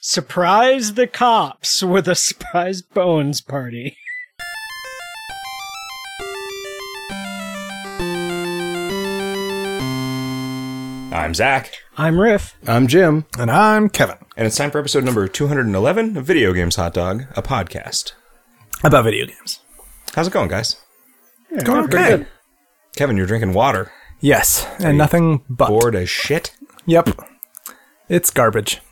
surprise the cops with a surprise bones party. I'm Zach, I'm Riff. I'm Jim. And I'm Kevin. and it's time for episode number 211 of Video Games Hot Dog, a podcast. About video games. How's it going, guys? Yeah, Going pretty okay. good. Kevin, you're drinking water. Yes, and nothing but. Bored as shit. Yep. It's garbage.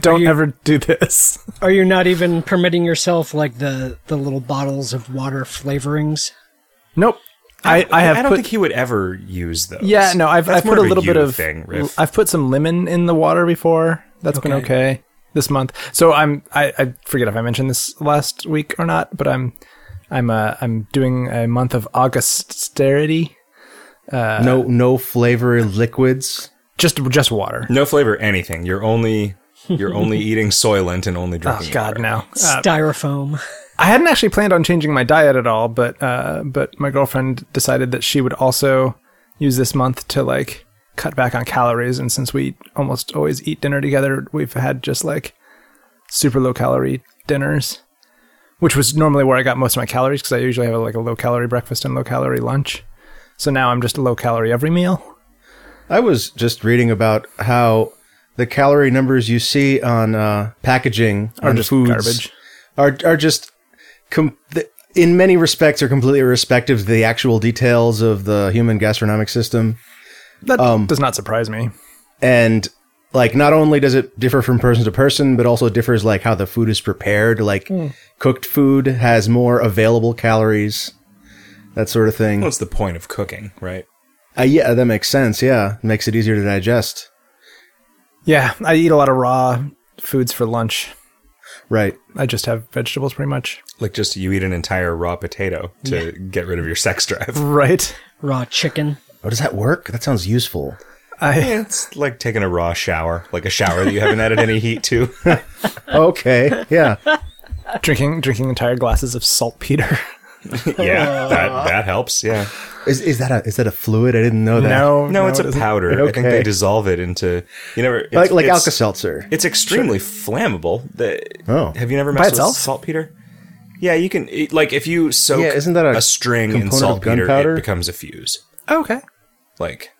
Don't ever do this. Are you not even permitting yourself like the the little bottles of water flavorings? Nope. I, I have I don't put think he would ever use those. Yeah, no, I've, That's I've more put a of little bit you of thing, Riff. I've put some lemon in the water before. That's been Okay. okay this month. So I'm I, I forget if I mentioned this last week or not, but I'm I'm uh, I'm doing a month of austerity. no, no flavor liquids. Just just water. no flavor anything. You're only you're only eating Soylent and only Oh drinking God, water. no. Uh, Styrofoam. I hadn't actually planned on changing my diet at all, but uh, but my girlfriend decided that she would also use this month to like cut back on calories. And since we almost always eat dinner together, we've had just like super low calorie dinners, which was normally where I got most of my calories because I usually have like a low calorie breakfast and low calorie lunch. So now I'm just low calorie every meal. I was just reading about how the calorie numbers you see on uh, packaging Or on just foods garbage. are are just com- th- in many respects are completely irrespective of the actual details of the human gastronomic system. That does not surprise me. and like not only does it differ from person to person but also differs like how the food is prepared like Hmm. cooked food has more available calories that sort of thing What's the point of cooking, right? uh, yeah that makes sense yeah makes it easier to digest Yeah, I eat a lot of raw foods for lunch. right I just have vegetables pretty much. Like just you eat an entire raw potato to get rid of your sex drive. Right. Raw chicken. oh does that work that sounds useful I It's like taking a raw shower, like a shower that you haven't added any heat to. okay yeah drinking drinking entire glasses of saltpeter. yeah, that that helps. Yeah. is, is that a is that a fluid i didn't know that No, No, it's it a isn't. powder. I think Okay. they dissolve it into you never it's, like like it's, alka-seltzer It's extremely flammable. The, Oh. have you never By messed itself? with saltpeter? Yeah, you can it- like if you soak Yeah, isn't that a string in component of saltpeter, it gunpowder? becomes a fuse. Oh, okay. Like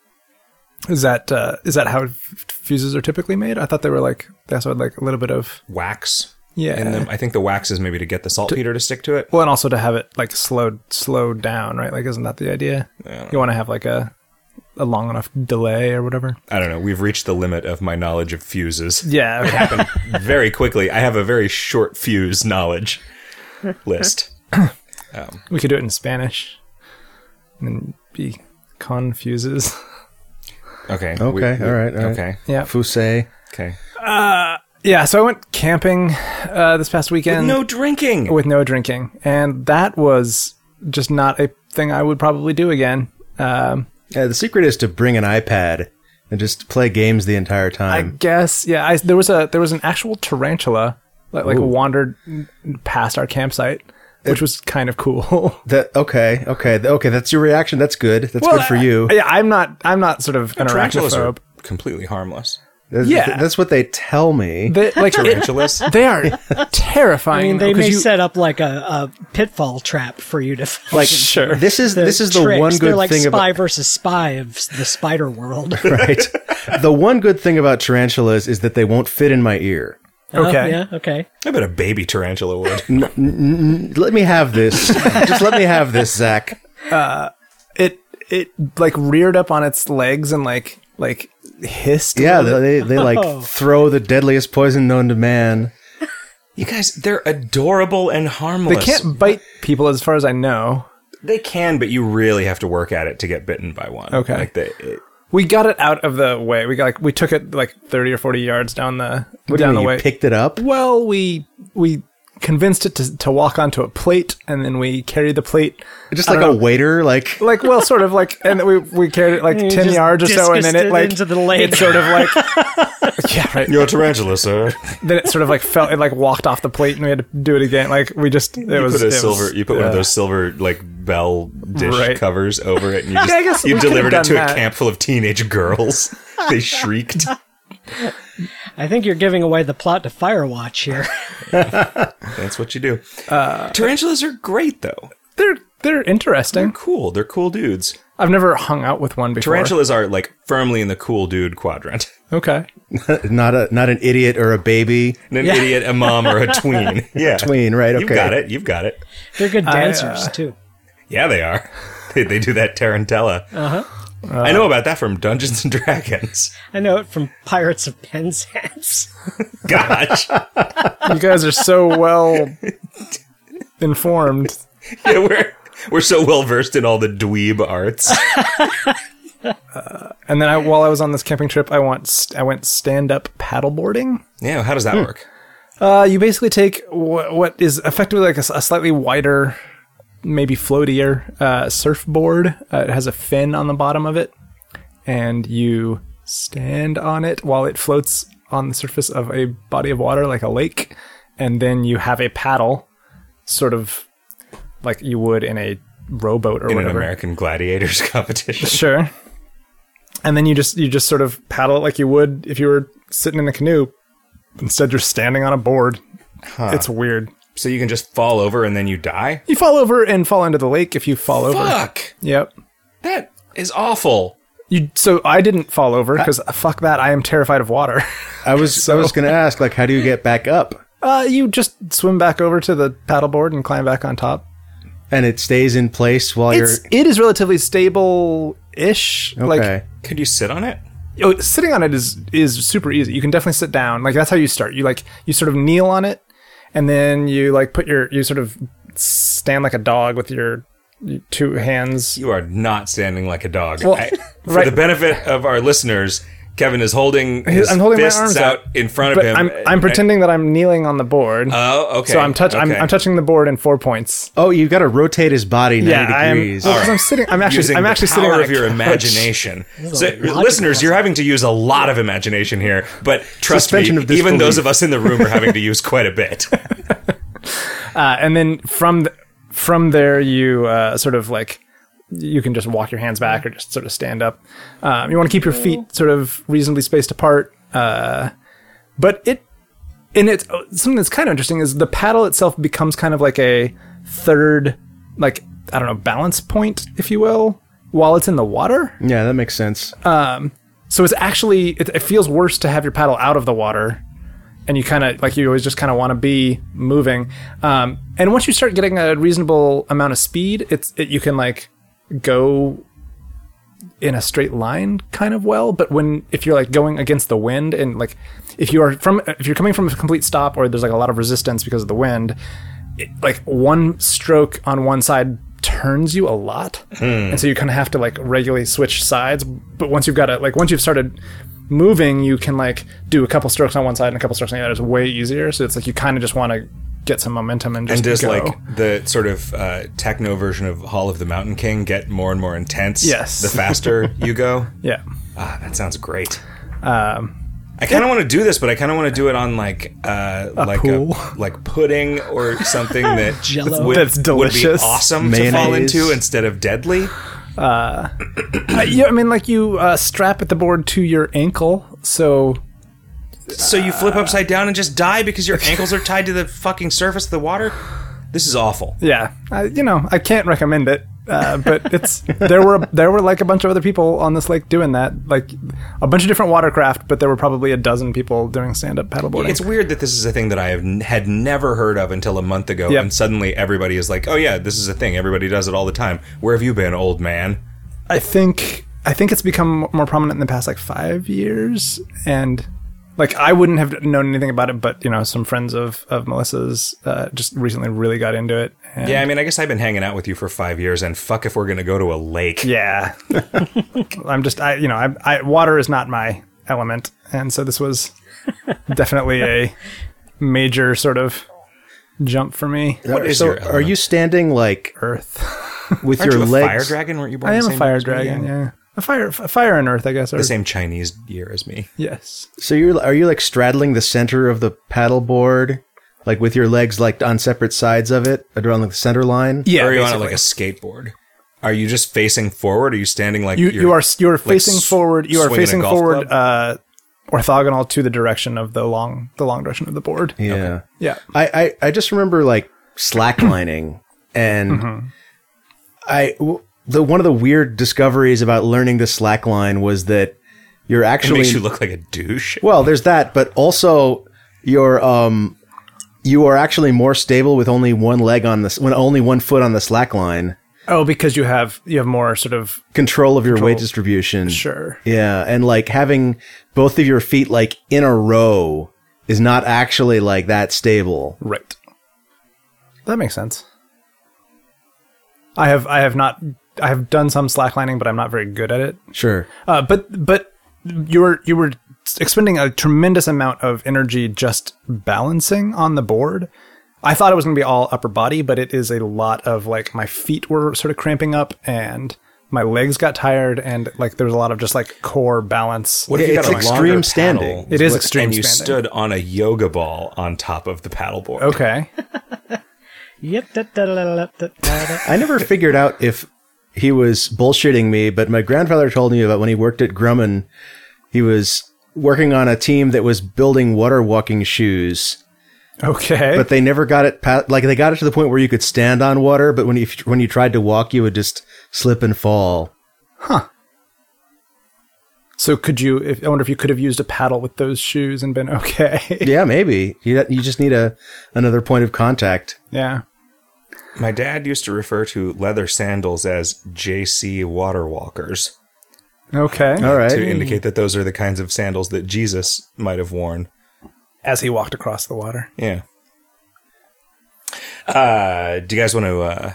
Is that uh, is that how f- fuses are typically made? I thought they were like they also had like a little bit of wax. Yeah. In them. I think the wax is maybe to get the saltpeter to stick to it. well, and also to have it like slowed slowed down, right? Like, isn't that the idea? You want to have like a a long enough delay or whatever. I don't know. We've reached the limit of my knowledge of fuses. Yeah. okay. Happened very quickly. I have a very short fuse knowledge list. we could do it in Spanish, and be confuses. Okay. we- okay we- all right all right. Okay. yeah. fuse Okay. Yeah. So I went camping uh, this past weekend. No drinking. with no drinking, and that was just not a thing I would probably do again. Um, yeah, the secret is to bring an ipad and just play games the entire I time guess, yeah. I, there was a there was an actual tarantula that like wandered past our campsite, which was kind of cool. that okay okay okay that's your reaction that's good that's good for you yeah, I'm not I'm not sort of an Tarantulas are arachnophobe. completely harmless. That's, Yeah. that's what they tell me. They, like it- Tarantulas. they are terrifying. I Mm, mean, they because may you- set up like a, a pitfall trap for you to Like Sure. this is this is the tricks. one They're good like thing spy about versus spy of s- the spider world. right. The one good thing about tarantulas is that they won't fit in my ear. Oh, Okay. yeah. Okay. I bet a baby tarantula would. Let me have this. Just let me have this, Zach. it it like reared up on its legs and like like hissed. a Yeah, little bit. they, they like throw the deadliest poison known to man. You guys, they're adorable and harmless. they can't bite people as far as I know. They can, but you really have to work at it to get bitten by one. Okay. Like they, it, We got it out of the way. We got like we took it like thirty or forty yards down the What do you down mean the you way. picked it up? well, we we convinced it to, to walk onto a plate, and then we carried the plate Just I like don't a know. waiter, like like well, sort of like, and we we carried it like you ten just yards or so, and then discused it it like into the lake. it sort of like yeah right. You're a tarantula, sir. Then it sort of like fell. It like walked off the plate, and we had to do it again. Like we just it You was put it a was- silver. You put one of yeah. those silver like bell dish Right. covers over it, and you just I guess you we could've delivered it done to that. a camp full of teenage girls. they shrieked. I think you're giving away the plot to Firewatch here. That's what you do. Uh, Tarantulas are great, though. They're they're interesting. They're cool. They're cool dudes. I've never hung out with one before. Tarantulas are like firmly in the cool dude quadrant. Okay. Not a not an idiot or a baby And An idiot, a mom, or a tween. Yeah, tween, right? Okay. You've got it. You've got it. They're good dancers uh, too. Yeah, they are. They, they do that Tarantella. Uh-huh. I know about that from Dungeons and Dragons. I know it from Pirates of Penzance. Gosh, yeah, You guys are so well informed. we're we're so well versed in all the dweeb arts. And then I, while I was on this camping trip, I went st- I went stand up paddleboarding. Yeah, how does that work? Uh, you basically take wh- what is effectively like a, s- a slightly wider, maybe floatier uh, surfboard. Uh, it has a fin on the bottom of it, and you stand on it while it floats on the surface of a body of water like a lake, and then you have a paddle, sort of like you would in a rowboat or In an whatever. American Gladiators competition. Sure. And then you just you just sort of paddle it like you would if you were sitting in a canoe. Instead, you're standing on a board. It's weird. So you can just fall over and then you die. You fall over and fall into the lake if you fall over. Fuck, Yep. that is awful. You so I didn't fall over because fuck that. I am terrified of water. I was I was going to ask like how do you get back up? uh, you just swim back over to the paddleboard and climb back on top. And it stays in place while It's you're it is relatively stable ish. okay. Like Could you sit on it? oh, sitting on it is is super easy. You can definitely sit down. Like that's how you start. You like you sort of kneel on it, and then you like put your you sort of stand like a dog with your two hands. You are not standing like a dog. Well, I- for right. the benefit of our listeners, Kevin is holding his I'm holding my fists arms out out, in front of But him. I'm I'm pretending that I'm kneeling on the board. Oh, okay. So I'm touch I'm, okay. I'm touching the board in four points. Oh, you've got to rotate his body 90 Yeah, I am. Oh. degrees. well, 'cause I'm sitting. I'm actually. using I'm the actually sitting power on a of your couch. imagination. So, a lot of listeners, you're having to use a lot of imagination here, but trust Suspension me, of even disbelief. those of us in the room are having to use quite a bit. Uh, and then from th- from there, you uh, sort of like you can just walk your hands back or just sort of stand up. Um, you want to keep your feet sort of reasonably spaced apart. Uh, but it and it's oh, something that's kind of interesting is the paddle itself becomes kind of like a third, like I don't know, balance point, if you will, while it's in the water. yeah, that makes sense. So it's actually it, it feels worse to have your paddle out of the water, and you kind of like you always just kind of want to be moving. Um, and once you start getting a reasonable amount of speed, it's it, you can like go in a straight line kind of well. But when if you're like going against the wind and like if you are from if you're coming from a complete stop or there's like a lot of resistance because of the wind, it, like one stroke on one side turns you a lot Hmm. and so you kind of have to like regularly switch sides but once you've got it like once you've started moving you can like do a couple strokes on one side and a couple strokes on the other it's way easier so it's like you kind of just want to get some momentum and just, and does go. like the sort of uh, techno version of Hall of the Mountain King get more and more intense? Yes. The faster you go. yeah Ah, that sounds great. Um, I kind of want to do this, but I kind of want to do it on like uh, like pool? a like pudding or something that Jell-O. would, That's would delicious. be awesome to fall Mayonnaise. into instead of deadly. Uh, yeah i mean like you uh, strap at the board to your ankle so So you flip upside down and just die because your ankles are tied to the fucking surface of the water. This is awful. yeah I, you know i can't recommend it uh, but it's there were there were like a bunch of other people on this lake doing that like a bunch of different watercraft but there were probably a dozen people doing stand-up paddleboarding It's weird that this is a thing that I have, had never heard of until a month ago, Yep. and suddenly everybody is like, "Oh yeah, this is a thing. Everybody does it all the time." Where have you been, old man? I think I think it's become more prominent in the past like five years, and like I wouldn't have known anything about it, but you know, some friends of of Melissa's uh, just recently really got into it. And Yeah, I mean, I guess I've been hanging out with you for five years, and fuck if we're gonna go to a lake. yeah. I'm just I you know I, I water is not my element, and so this was definitely a major sort of jump for me. What is so your are you standing like Earth. with Aren't your you a fire legs? dragon? Weren't you born I the am a same- fire dragon. Yeah. A fire, a fire and earth, I guess. Or, The same Chinese year as me. yes. so you're are you like straddling the center of the paddleboard like with your legs like on separate sides of it around like the center line? Yeah. are you on it like a skateboard? Are you just facing forward? Are you standing like you you're- you are you are facing s- forward. You are swinging a facing golf forward. club? Uh, orthogonal to the direction of the long the long direction of the board. Yeah. Yeah. I, I I just remember like slacklining and Mm-hmm. I w- the one of the weird discoveries about learning the slackline was that you're It actually makes you look like a douche. well there's that but also you're um you are actually more stable with only one leg on this when only one foot on the slackline Oh, because you have you have more sort of control of your weight distribution sure. yeah and like having both of your feet like in a row is not actually like that stable Right. That makes sense. I have I have not I have done some slacklining, but I'm not very good at it. sure Uh, but but you were you were expending a tremendous amount of energy just balancing on the board. I thought it was going to be all upper body, but it is a lot of like my feet were sort of cramping up and my legs got tired and like there's a lot of just like core balance. What if you It's got a extreme longer standing. paddle It is with- extreme And you standing. stood on a yoga ball on top of the paddleboard. Okay. Yep. da- da- da- da- da- da- da. I never figured out if he was bullshitting me, but my grandfather told me about when he worked at Grumman, he was working on a team that was building water walking shoes, Okay. but they never got it past, like they got it to the point where you could stand on water, but when you when you tried to walk, you would just slip and fall. so could you if I wonder if you could have used a paddle with those shoes and been okay. Yeah, maybe you you just need a another point of contact. yeah. My dad used to refer to leather sandals as JC water walkers Okay. All right, to indicate that those are the kinds of sandals that Jesus might have worn. As he walked across the water. Yeah. Uh, do you guys want to uh,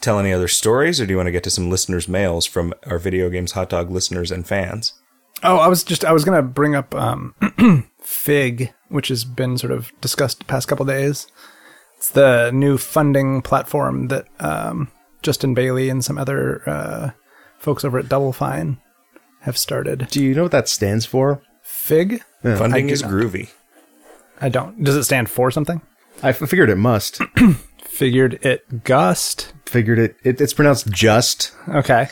tell any other stories, or do you want to get to some listeners' mails from our video games hot dog listeners and fans? Oh, I was just I was gonna bring up um, Fig, which has been sort of discussed the past couple days. It's the new funding platform that um, Justin Bailey and some other uh, folks over at Double Fine have started. Do you know what that stands for? Fig? Funding do is not. groovy. I don't. Does it stand for something? I f- figured it must. Figured it gust. figured it, it. It's pronounced just. Okay.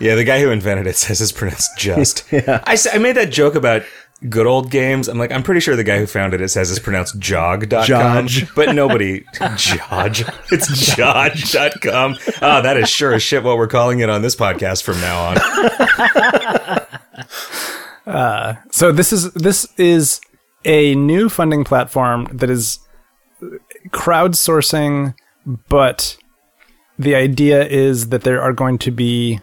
Yeah, the guy who invented it says it's pronounced just. I, s- I made that joke about good old games. I'm like, I'm pretty sure the guy who founded it says it's pronounced jog.com. Jodge. But nobody. Jodge. It's jodge.com. Ah, that is sure as shit what we're calling it on this podcast from now on. So this is this is a new funding platform that is crowdsourcing, but the idea is that there are going to be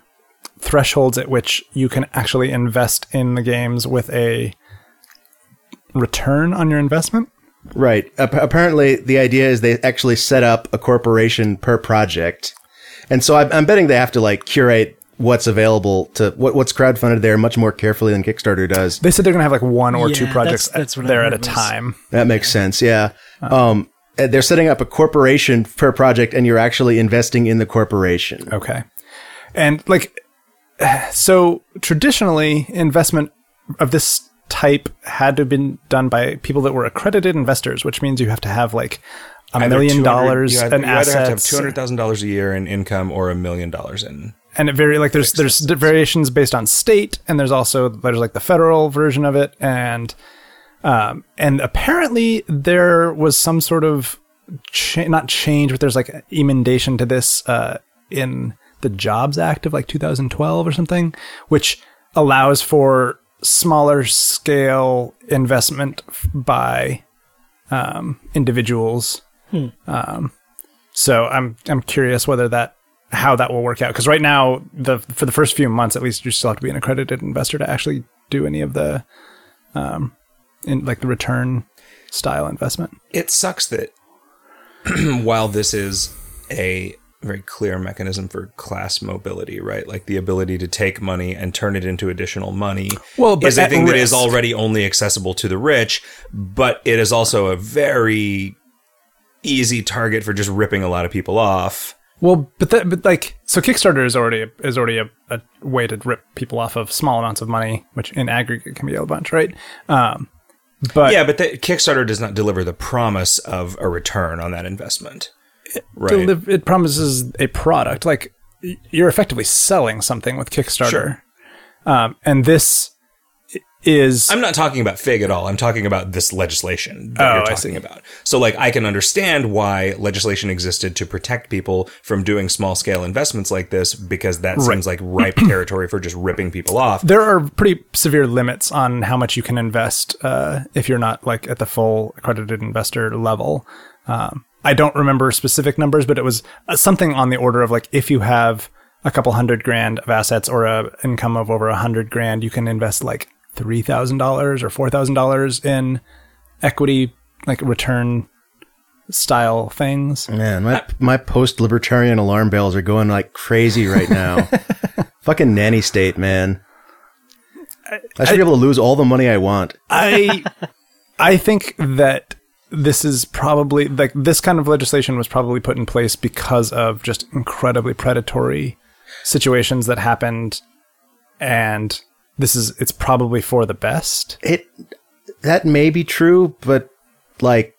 thresholds at which you can actually invest in the games with a return on your investment. Right. Ap- apparently, the idea is they actually set up a corporation per project, and so I'm, I'm betting they have to like curate what's available to what, what's crowdfunded there much more carefully than Kickstarter does. They said they're going to have like one or two Yeah, projects that's- that's what I there at heard a was- time. That makes sense. Yeah. Um, and they're setting up a corporation per project, and you're actually investing in the corporation. Okay. And like, so traditionally, investment of this type had to have been done by people that were accredited investors, which means you have to have like a Either million 200 dollars you either- in you either have to have assets. two hundred thousand dollars a year in income or a million dollars in. And it very like there's there's di- variations based on state, and there's also there's like the federal version of it, and um, and apparently there was some sort of cha- not change, but there's like emendation to this uh, in the Jobs Act of like 2012 or something, which allows for smaller scale investment f- by um, individuals. Um, so I'm I'm curious whether that how that will work out because right now the for the first few months at least you still have to be an accredited investor to actually do any of the um, in like the return style investment. It sucks that while this is a very clear mechanism for class mobility, right? Like the ability to take money and turn it into additional money Well, but is a at thing that is risk. already only accessible to the rich, but it is also a very easy target for just ripping a lot of people off. Well, but that, but like, so Kickstarter is already is already a, a way to rip people off of small amounts of money, which in aggregate can be a bunch, right? Um, but Yeah, but the, Kickstarter does not deliver the promise of a return on that investment. Right. deliv- it promises a product. Like y- you're effectively selling something with Kickstarter, Sure. um, and this i- is I'm not talking about fig at all. I'm talking about this legislation that Oh, you're I talking about. So like I can understand why legislation existed to protect people from doing small scale investments like this because that seems like ripe territory for just ripping people off. there are pretty severe limits on how much you can invest uh, if you're not like at the full accredited investor level. Um, I don't remember specific numbers, but it was uh, something on the order of like if you have a couple hundred grand of assets or a income of over a hundred grand, you can invest like three thousand dollars or four thousand dollars in equity like return style things. Man, my my post libertarian alarm bells are going like crazy right now. Fucking nanny state, man. I should be able to lose all the money I want. I I think that this is probably like this kind of legislation was probably put in place because of just incredibly predatory situations that happened and this is it's probably for the best. It that may be true, but like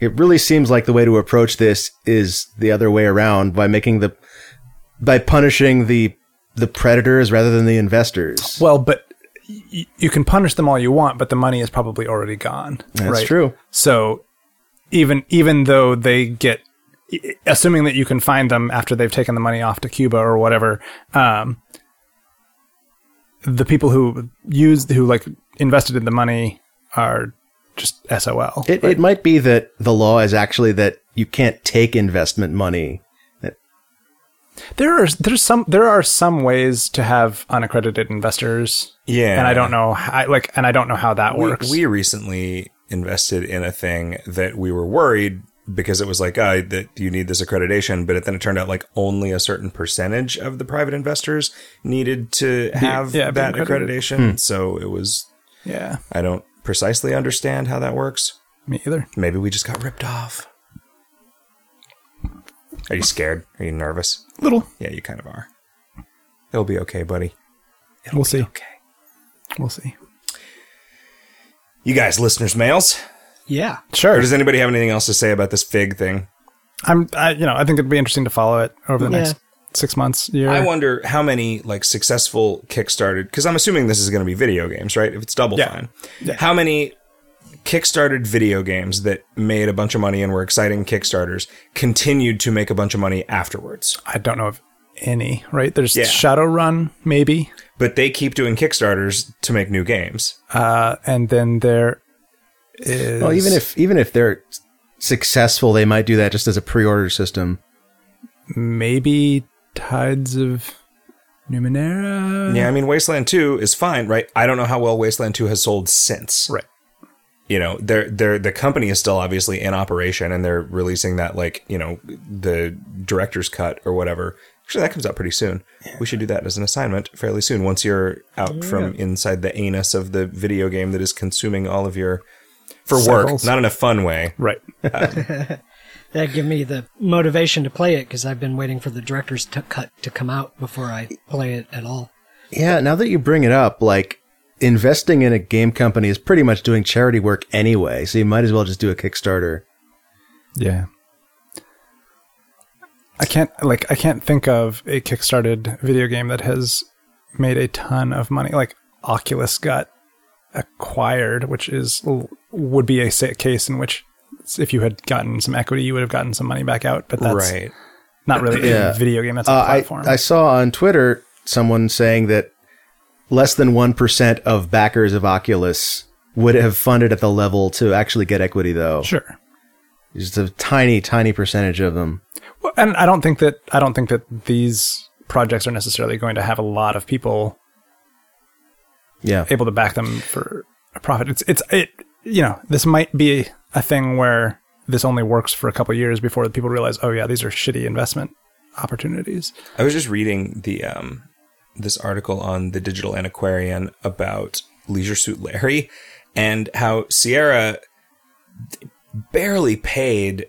it really seems like the way to approach this is the other way around by making the by punishing the the predators rather than the investors. Well, but y- you can punish them all you want, but the money is probably already gone. That's right? true. So even even though they get, assuming that you can find them after they've taken the money off to Cuba or whatever, um, the people who used who like invested in the money are just SOL. It it might be that the law is actually that you can't take investment money. there are there's some there are some ways to have unaccredited investors. Yeah. and I don't know, how, I like, and I don't know how that we, works. we recently invested in a thing that we were worried because it was like, ah, that you need this accreditation, but then it turned out like only a certain percentage of the private investors needed to have yeah, be that accredited. Hmm. accreditation. So it was, yeah, I don't precisely understand how that works. me either. Maybe we just got ripped off. Are you scared? Are you nervous? Little, Yeah, you kind of are. It'll be okay, buddy. we'll see. Okay. We'll see. You guys, listeners' mails. Yeah. Or Sure. does anybody have anything else to say about this fig thing? I'm, I, you know, I think it'd be interesting to follow it over the Yeah. next six months, year. I wonder how many like successful kickstarted because I'm assuming this is going to be video games, right? If it's Double Yeah. Fine, Yeah. how many kickstarted video games that made a bunch of money and were exciting kickstarters continued to make a bunch of money afterwards? I don't know of any, right? There's Yeah. Shadowrun, maybe, But they keep doing kickstarters to make new games. uh, and then there is. Well, even if even if they're s- successful, they might do that just as a pre-order system. maybe Tides of Numenera. Yeah, I mean Wasteland 2 is fine, right? I don't know how well Wasteland 2 has sold since. Right. you know they're they're the company is still obviously in operation and they're releasing that like you know the director's cut or whatever actually that comes out pretty soon we should do that as an assignment fairly soon once you're out from inside the anus of the video game that is consuming all of your for work Cells. not in a fun way Right. That give me the motivation to play it because I've been waiting for the director's t- cut to come out before I play it at all. Yeah, now that you bring it up, like investing in a game company is pretty much doing charity work anyway, so you might as well just do a Kickstarter. Yeah. I can't like I can't think of a kickstarted video game that has made a ton of money. Like Oculus got acquired, which is would be a sa- case in which if you had gotten some equity, you would have gotten some money back out. But that's right not really a Yeah. video game. That's a Uh, I platform. I saw on Twitter someone saying that less than one percent of backers of Oculus would have funded at the level to actually get equity, though. sure. Just a tiny, tiny percentage of them. Well, and I don't think that I don't think that these projects are necessarily going to have a lot of people Yeah. able to back them for a profit. It's it's it you know this might be a thing where this only works for a couple of years before people realize oh yeah these are shitty investment opportunities. I was just reading the um, this article on the Digital Antiquarian about Leisure Suit Larry and how Sierra barely paid.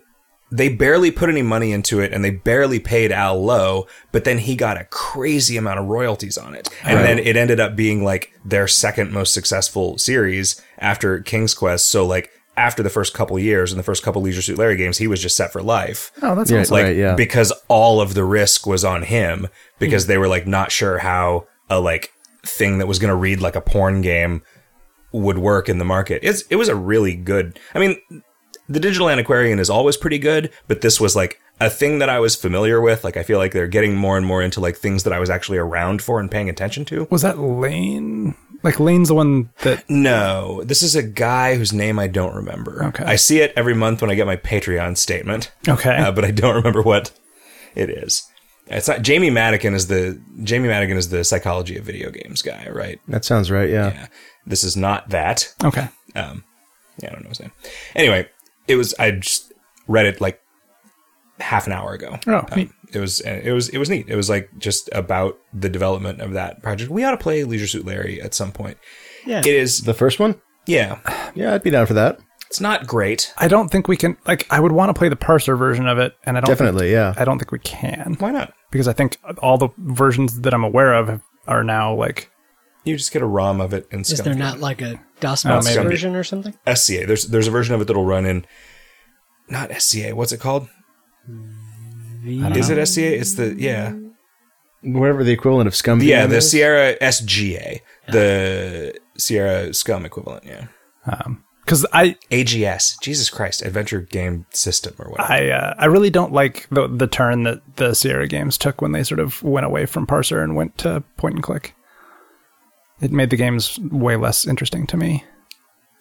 They barely put any money into it, and they barely paid Al Lowe. But then he got a crazy amount of royalties on it, and then it ended up being like their second most successful series after King's Quest. So like after the first couple years and the first couple Leisure Suit Larry games, he was just set for life Oh that's Yeah, awesome. like Right, yeah. Hmm. because all of the risk was on him because they were like not sure how a like thing that was going to read like a porn game would work in the market. It's it was a really good. I mean, the digital antiquarian is always pretty good, but this was like a thing that I was familiar with. Like I feel like they're getting more and more into like things that I was actually around for and paying attention to. Was that Lane? Like Lane's the one that No, this is a guy whose name I don't remember. Okay. I see it every month when I get my Patreon statement. Okay. Uh, but I don't remember what it is. It's not Jamie Madigan is the Jamie Madigan is the psychology of video games guy, right? That sounds right. Yeah. Yeah. This is not that. Okay. Um, yeah, I don't know his name. Anyway, it was I just read it like half an hour ago. Oh, Um, neat. it was it was it was neat. It was like just about the development of that project. We ought to play Leisure Suit Larry at some point. Yeah. It is The first one? yeah. Yeah, I'd be down for that. It's not great. I don't think we can. Like, I would want to play the parser version of it, and I don't Definitely, yeah. Think, I don't think we can Why not? because I think all the versions that I'm aware of are now like You just get a ROM of it and Is stuff. there not like a DOS box maybe. version or something? SCA. There's there's a version of it that'll run in not SCA. What's it called? Is it SCA? It's the yeah. Whatever the equivalent of Scum. Yeah, VM the is. Sierra SGA. The Sierra Scum equivalent, yeah. because I AGS. Jesus Christ, Adventure Game System or whatever. I uh, I really don't like the the turn that the Sierra games took when they sort of went away from parser and went to point and click. It made the games way less interesting to me.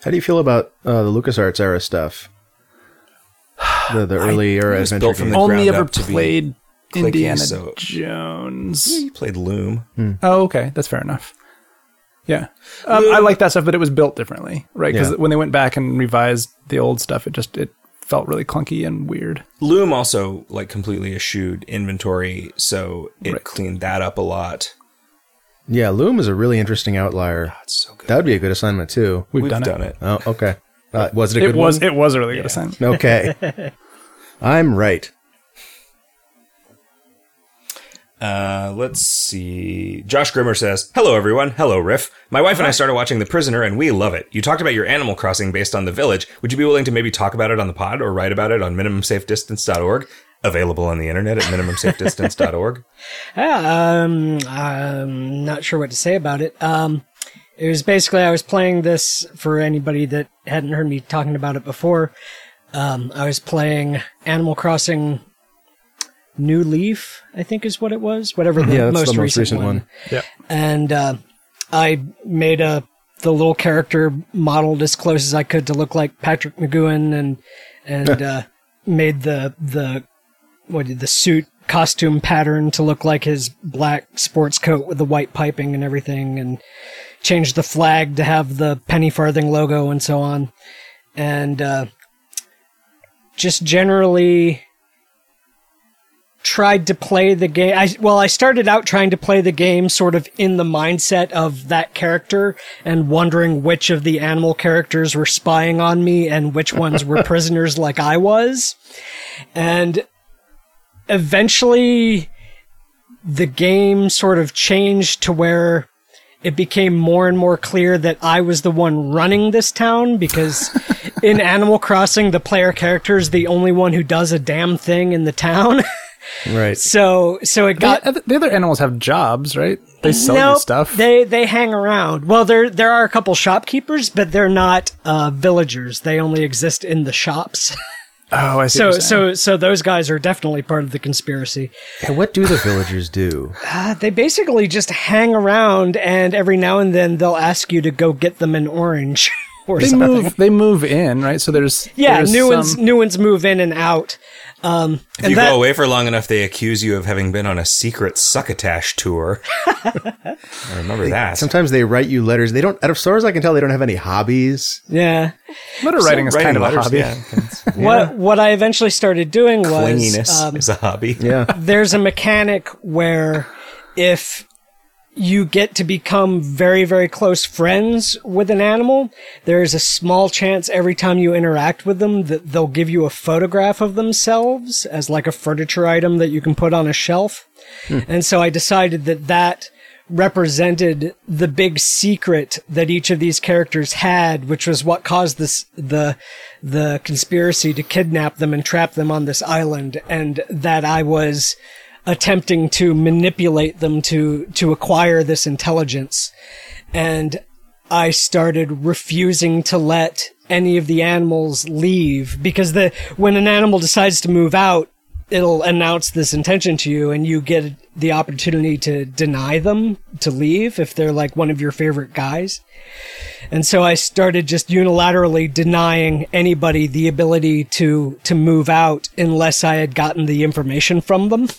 How do you feel about uh, the LucasArts era stuff? The, the early era it was adventure built from games. the- Only ground ever up to be played clicky, Indiana so- Hmm. Jones. you played Loom. Oh, okay, that's fair enough. Yeah, um, I like that stuff, but it was built differently, right? Because Yeah. when they went back and revised the old stuff, it just it felt really clunky and weird. Loom also like completely eschewed inventory, so it Right. cleaned that up a lot. yeah, Loom is a really interesting outlier. That's so good. That would be a good assignment too. We've, We've done, done, it. it. Oh, okay. Uh, was it a It good was one? it was a really good assignment. Okay. I'm right. Uh, let's see. Josh Grimmer says, Hello, everyone. Hello, Riff. My wife and I started watching The Prisoner, and we love it. You talked about your Animal Crossing based on The Village. Would you be willing to maybe talk about it on the pod or write about it on minimumsafedistance.org? Available on the internet at minimumsafedistance.org. Yeah, um, I'm not sure what to say about it. Um, it was basically I was playing this for anybody that hadn't heard me talking about it before. Um, I was playing Animal Crossing New Leaf, I think is what it was, whatever the, Yeah, that's most, the most recent, recent one. one. Yeah. And uh, I made a the little character modeled as close as I could to look like Patrick McGowan, and and uh, made the the what did the suit costume pattern to look like his black sports coat with the white piping and everything and changed the flag to have the penny farthing logo and so on and uh, just generally tried to play the game I, well i started out trying to play the game sort of in the mindset of that character and wondering which of the animal characters were spying on me and which ones were prisoners like i was and eventually the game sort of changed to where it became more and more clear that I was the one running this town because in Animal Crossing, the player character is the only one who does a damn thing in the town. Right. so, so it got Uh, the, the other animals have jobs, right? They sell you Nope, stuff. They they hang around. Well, there there are a couple shopkeepers, but they're not uh, villagers. They only exist in the shops. oh, I see. so, so, so those guys are definitely part of the conspiracy. Yeah, what do the villagers do? Uh, they basically just hang around, and every now and then they'll ask you to go get them an orange or they something. move. They move in, right? So there's Yeah, there's new some- ones new ones move in and out. Um, If and you that- go away for long enough, they accuse you of having been on a secret succotash tour. I remember that. Sometimes they write you letters. They don't, as far as I can tell, they don't have any hobbies. yeah. Letter writing is Writing kind of a letters, hobby. yeah. What what I eventually started doing was Clinginess um, is a hobby. Yeah. there's a mechanic where if you get to become very, very close friends with an animal, there's a small chance every time you interact with them that they'll give you a photograph of themselves as like a furniture item that you can put on a shelf. And so I decided that that represented the big secret that each of these characters had, which was what caused this the the conspiracy to kidnap them and trap them on this island, and that I was attempting to manipulate them to to acquire this intelligence and I started refusing to let any of the animals leave because the when an animal decides to move out it'll announce this intention to you and you get the opportunity to deny them to leave if they're like one of your favorite guys and so I started just unilaterally denying anybody the ability to to move out unless I had gotten the information from them.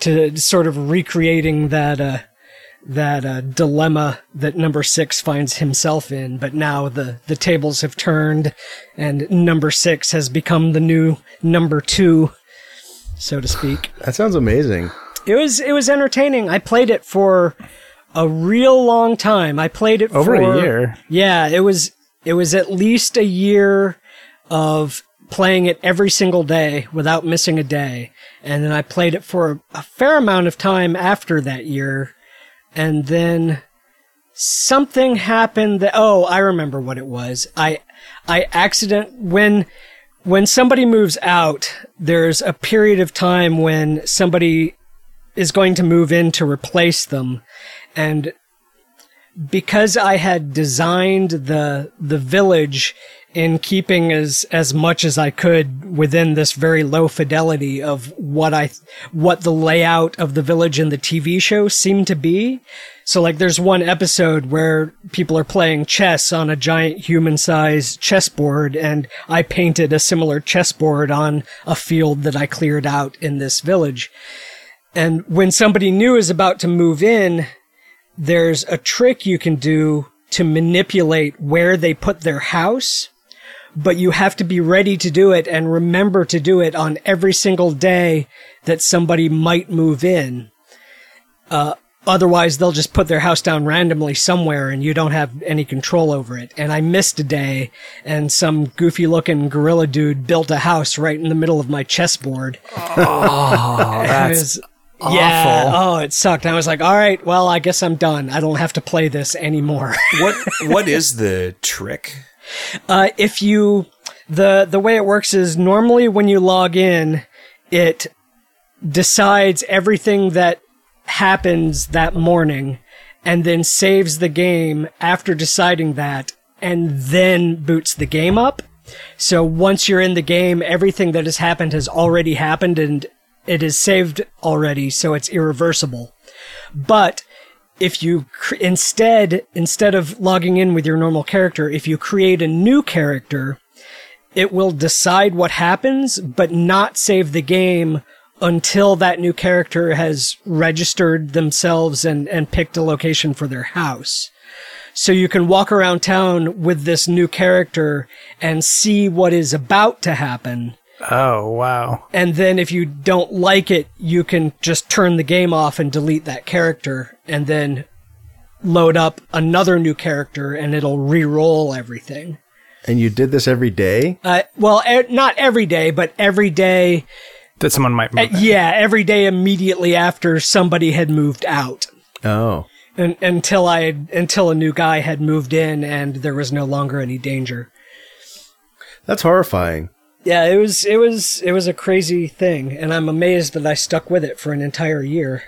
To sort of recreating that uh, that uh, dilemma that number six finds himself in, but now the the tables have turned, and number six has become the new number two, so to speak. That sounds amazing. It was it was entertaining. I played it for a real long time. I played it Over for a year. Yeah, it was it was at least a year of playing it every single day without missing a day. And then I played it for a fair amount of time after that year. And then something happened that oh, I remember what it was. I I accident when when somebody moves out, there's a period of time when somebody is going to move in to replace them and because I had designed the the village in keeping as as much as I could within this very low fidelity of what I what the layout of the village in the TV show seemed to be. So like there's one episode where people are playing chess on a giant human-sized chessboard and I painted a similar chessboard on a field that I cleared out in this village. And when somebody new is about to move in, there's a trick you can do to manipulate where they put their house, but you have to be ready to do it and remember to do it on every single day that somebody might move in. Uh, otherwise, they'll just put their house down randomly somewhere and you don't have any control over it. And I missed a day and some goofy looking gorilla dude built a house right in the middle of my chessboard. Oh, It that's was- Yeah. Oh, it sucked. And I was like, all right, well, I guess I'm done. I don't have to play this anymore. What what is the trick? uh, if you, the, the way it works is normally when you log in, it decides everything that happens that morning and then saves the game after deciding that and then boots the game up. So once you're in the game, everything that has happened has already happened and it is saved already, so it's irreversible. But if you cr- instead instead of logging in with your normal character, if you create a new character, it will decide what happens, but not save the game until that new character has registered themselves and, and picked a location for their house. So you can walk around town with this new character and see what is about to happen. Oh, wow. And then if you don't like it, you can just turn the game off and delete that character and then load up another new character and it'll re-roll everything. And you did this every day? Uh, well, e- not every day, but every day That someone might move. in. Yeah, every day immediately after somebody had moved out, Oh. and, until I had, until a new guy had moved in, and there was no longer any danger. That's horrifying. Yeah, it was it was it was a crazy thing, and I'm amazed that I stuck with it for an entire year.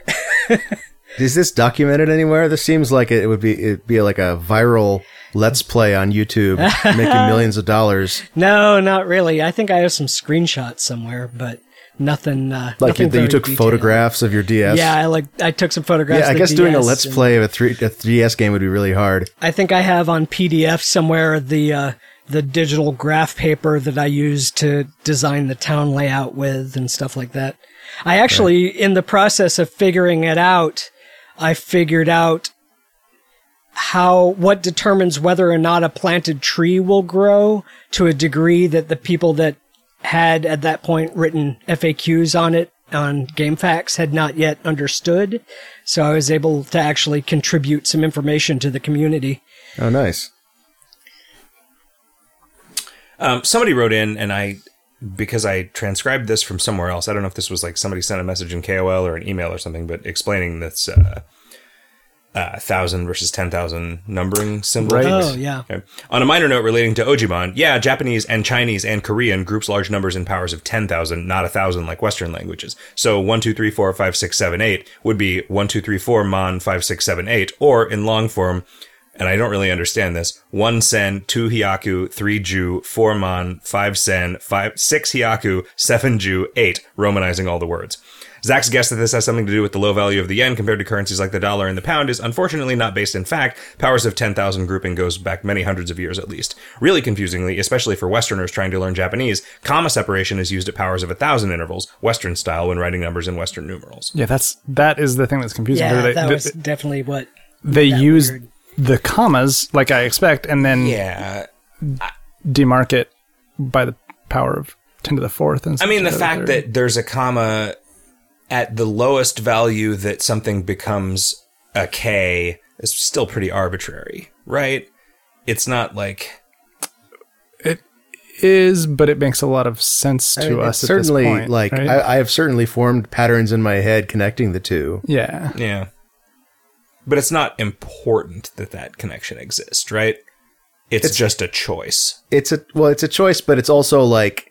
Is this documented anywhere? This seems like it would be it'd be like a viral let's play on YouTube making millions of dollars. no, not really. I think I have some screenshots somewhere, but nothing. Uh, Like nothing you, that you very took detailed. photographs of your DS. Yeah, I like I took some photographs. Yeah, I of the guess doing a DS let's and- play of a, three, a 3DS game would be really hard. I think I have on PDF somewhere the uh, the digital graph paper that I used to design the town layout with and stuff like that. I actually, in the process of figuring it out, I figured out how what determines whether or not a planted tree will grow to a degree that the people that had at that point written FAQs on it on GameFAQs had not yet understood. So I was able to actually contribute some information to the community. Oh, nice. Um, somebody wrote in, and I because I transcribed this from somewhere else. I don't know if this was like somebody sent a message in KOL or an email or something, but explaining this uh, uh, thousand versus ten thousand numbering symbol. Right. Oh, things. yeah. Okay. On a minor note relating to Ojibon, yeah, Japanese and Chinese and Korean groups large numbers in powers of ten thousand, not a thousand like Western languages. So one, two, three, four, five, six, seven, eight would be one, two, three, four, mon, five, six, seven, eight, or in long form. And I don't really understand this. One sen, two hiaku, three ju, four mon, five sen, five, six hiaku, seven ju, eight, romanizing all the words. Zach's guess that this has something to do with the low value of the yen compared to currencies like the dollar and the pound is unfortunately not based in fact. Powers of 10,000 grouping goes back many hundreds of years at least. Really confusingly, especially for Westerners trying to learn Japanese, comma separation is used at powers of 1,000 intervals, Western style, when writing numbers in Western numerals. Yeah, that's that is the thing that's confusing. Yeah, they that they, was definitely what. they that use weird. the commas like I expect, and then Yeah. demarc it by the power of ten to the fourth. And I mean, the stuff. fact that there's a comma at the lowest value that something becomes a K is still pretty arbitrary, right? It's not like. is, but it makes a lot of sense to Uh, us. It's at this certainly point, like right? I, I have certainly formed patterns in my head connecting the two. yeah, Yeah. But it's not important that that connection exists, right? It's, just a choice. It's a well, it's a choice, but it's also like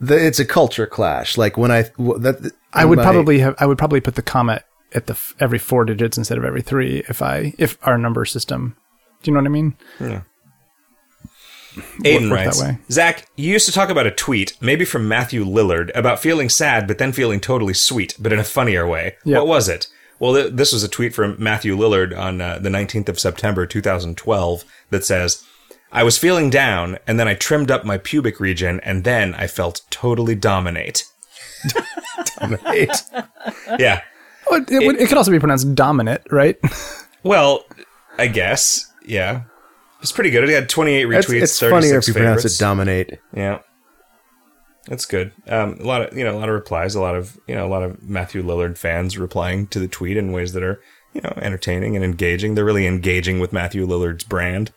the, it's a culture clash. Like when I w- that I would my- probably have. I would probably put the comma at the f- every four digits instead of every three if I if our number system. Do you know what I mean? Aiden work that writes, way. Zach, you used to talk about a tweet, maybe from Matthew Lillard, about feeling sad but then feeling totally sweet, but in a funnier way. Yeah. What was it? Well, th- this was a tweet from Matthew Lillard on uh, the 19th of September 2012 that says, I was feeling down, and then I trimmed up my pubic region, and then I felt totally dominate. It- Yeah. Oh, it, it, would- it could also be pronounced dominant, right? Well, I guess, yeah. It's pretty good. It had 28 retweets, it's, 36 it's funnier if you favorites. pronounce it dominate. Yeah. That's good. Um, a lot of, you know, a lot of replies, a lot of, you know, a lot of Matthew Lillard fans replying to the tweet in ways that are, you know, entertaining and engaging. They're really engaging with Matthew Lillard's brand.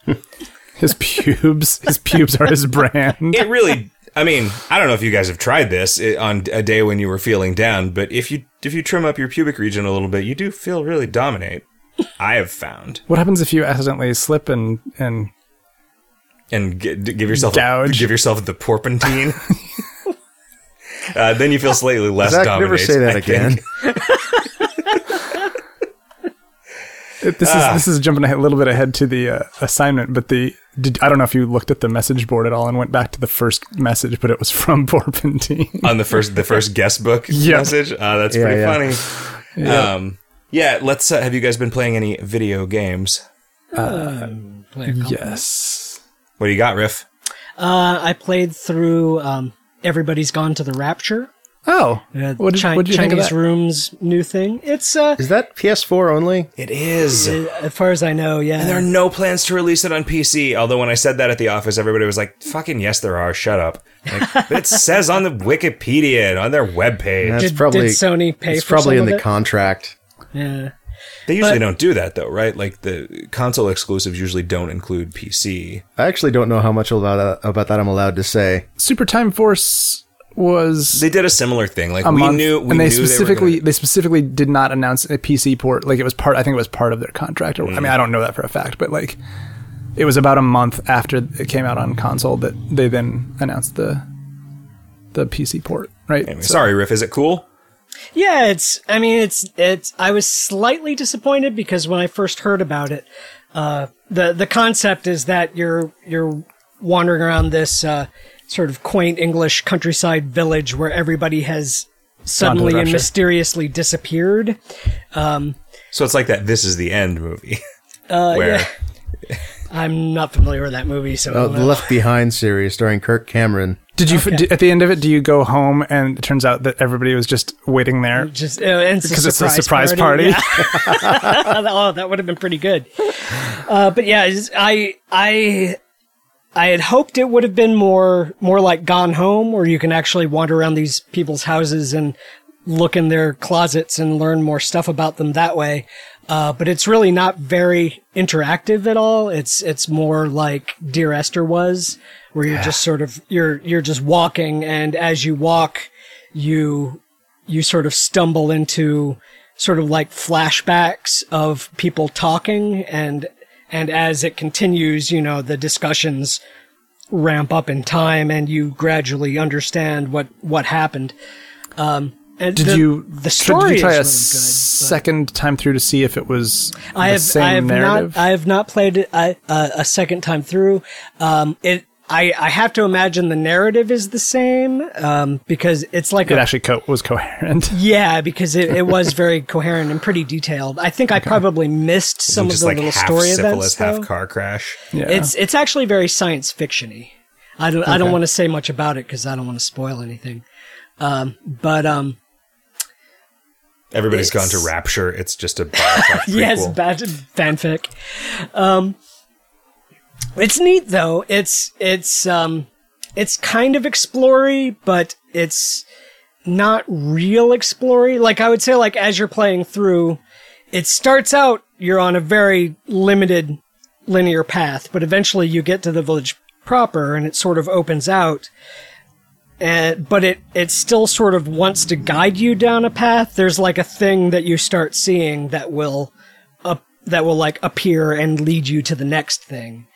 his pubes, his pubes are his brand. It really I mean, I don't know if you guys have tried this eh, on a day when you were feeling down, but if you if you trim up your pubic region a little bit, you do feel really dominate. I have found. What happens if you accidentally slip and and and g- d- give yourself Gouge. give yourself the porpentine. uh, then you feel slightly less Zach, dominated. never say that I again. think. it- this is this is jumping ahead, a little bit ahead to the uh, assignment, but the did, I don't know if you looked at the message board at all and went back to the first message, but it was from Porpentine. on the first the first guest book Yeah. message. Uh, that's Yeah, pretty yeah. funny. Um, yeah, let's. Uh, have you guys been playing any video games? Play a couple. yes, What do you got, Riff? Uh, I played through um, Everybody's Gone to the Rapture. Oh, Uh, what did, Chi- what did Chinese you think of that? Room's new thing. It's uh, Is that PS4 only? It is. as far as I know, yeah. There are no plans to release it on PC. Although when I said that at the office, everybody was like, "Fucking yes, there are." Shut up. Like, it says on the Wikipedia and on their webpage. That's Did- probably did Sony pay It's for probably some of in the it? contract. yeah. They usually don't do that though, right? Like the console exclusives usually don't include PC. I actually don't know how much about uh, about that I'm allowed to say. Super Time Force was They did a similar thing. Like a we month, knew, we and they knew were specifically they, gonna- specifically did not announce a PC port. Like it was part, I think it was part of their contract. Or, I Mm. mean, I don't know that for a fact, but like it was about a month after it came out on console that they then announced the the PC port. Right? Anyway, sorry, Riff. Is it cool? Yeah, it's. I mean, it's. It's. I was slightly disappointed because when I first heard about it, uh, the the concept is that you're you're wandering around this uh, sort of quaint English countryside village where everybody has suddenly and Russia. mysteriously disappeared. So it's like that. This is the end movie. Uh, where I'm not familiar with that movie, so I Oh, Uh, don't the know. Left Behind series starring Kirk Cameron. Did you d at the end of it? Do you go home and it turns out that everybody was just waiting there? just oh, because Because it's a surprise party. oh, that would have been pretty good. Uh, but yeah, it's- I I I had hoped it would have been more more like Gone Home, where you can actually wander around these people's houses and look in their closets and learn more stuff about them that way. Uh, but it's really not very interactive at all. It's it's more like Dear Esther was, where you're just sort of you're you're just walking, and as you walk, you you sort of stumble into sort of like flashbacks of people talking and and as it continues, you know, the discussions ramp up in time and you gradually understand what what happened. Um and Did the, you the so story Did you try is really a good. but- second time through to see if it was I the have same I have narrative? not I have not played it a, a, a second time through. Um, it I I have to imagine the narrative is the same um, because it's like it a, actually co- was coherent. yeah because it, it was very coherent and pretty detailed. I think I probably missed some of just the like little half story syphilis, events. half though. car crash. Yeah. It's it's actually very science fictiony. I don't I don't want to say much about it because I don't want to spoil anything. Um, but um, Everybody's It's- gone to Rapture. It's just a Bioshock prequel. Yes, bad fanfic. Um, it's neat though. It's it's um, it's kind of explory, but it's not real explory. Like I would say, like as you're playing through, it starts out you're on a very limited linear path, but eventually you get to the village proper, and it sort of opens out. And, but it, it still sort of wants to guide you down a path. There's like a thing that you start seeing that will up, that will like appear and lead you to the next thing.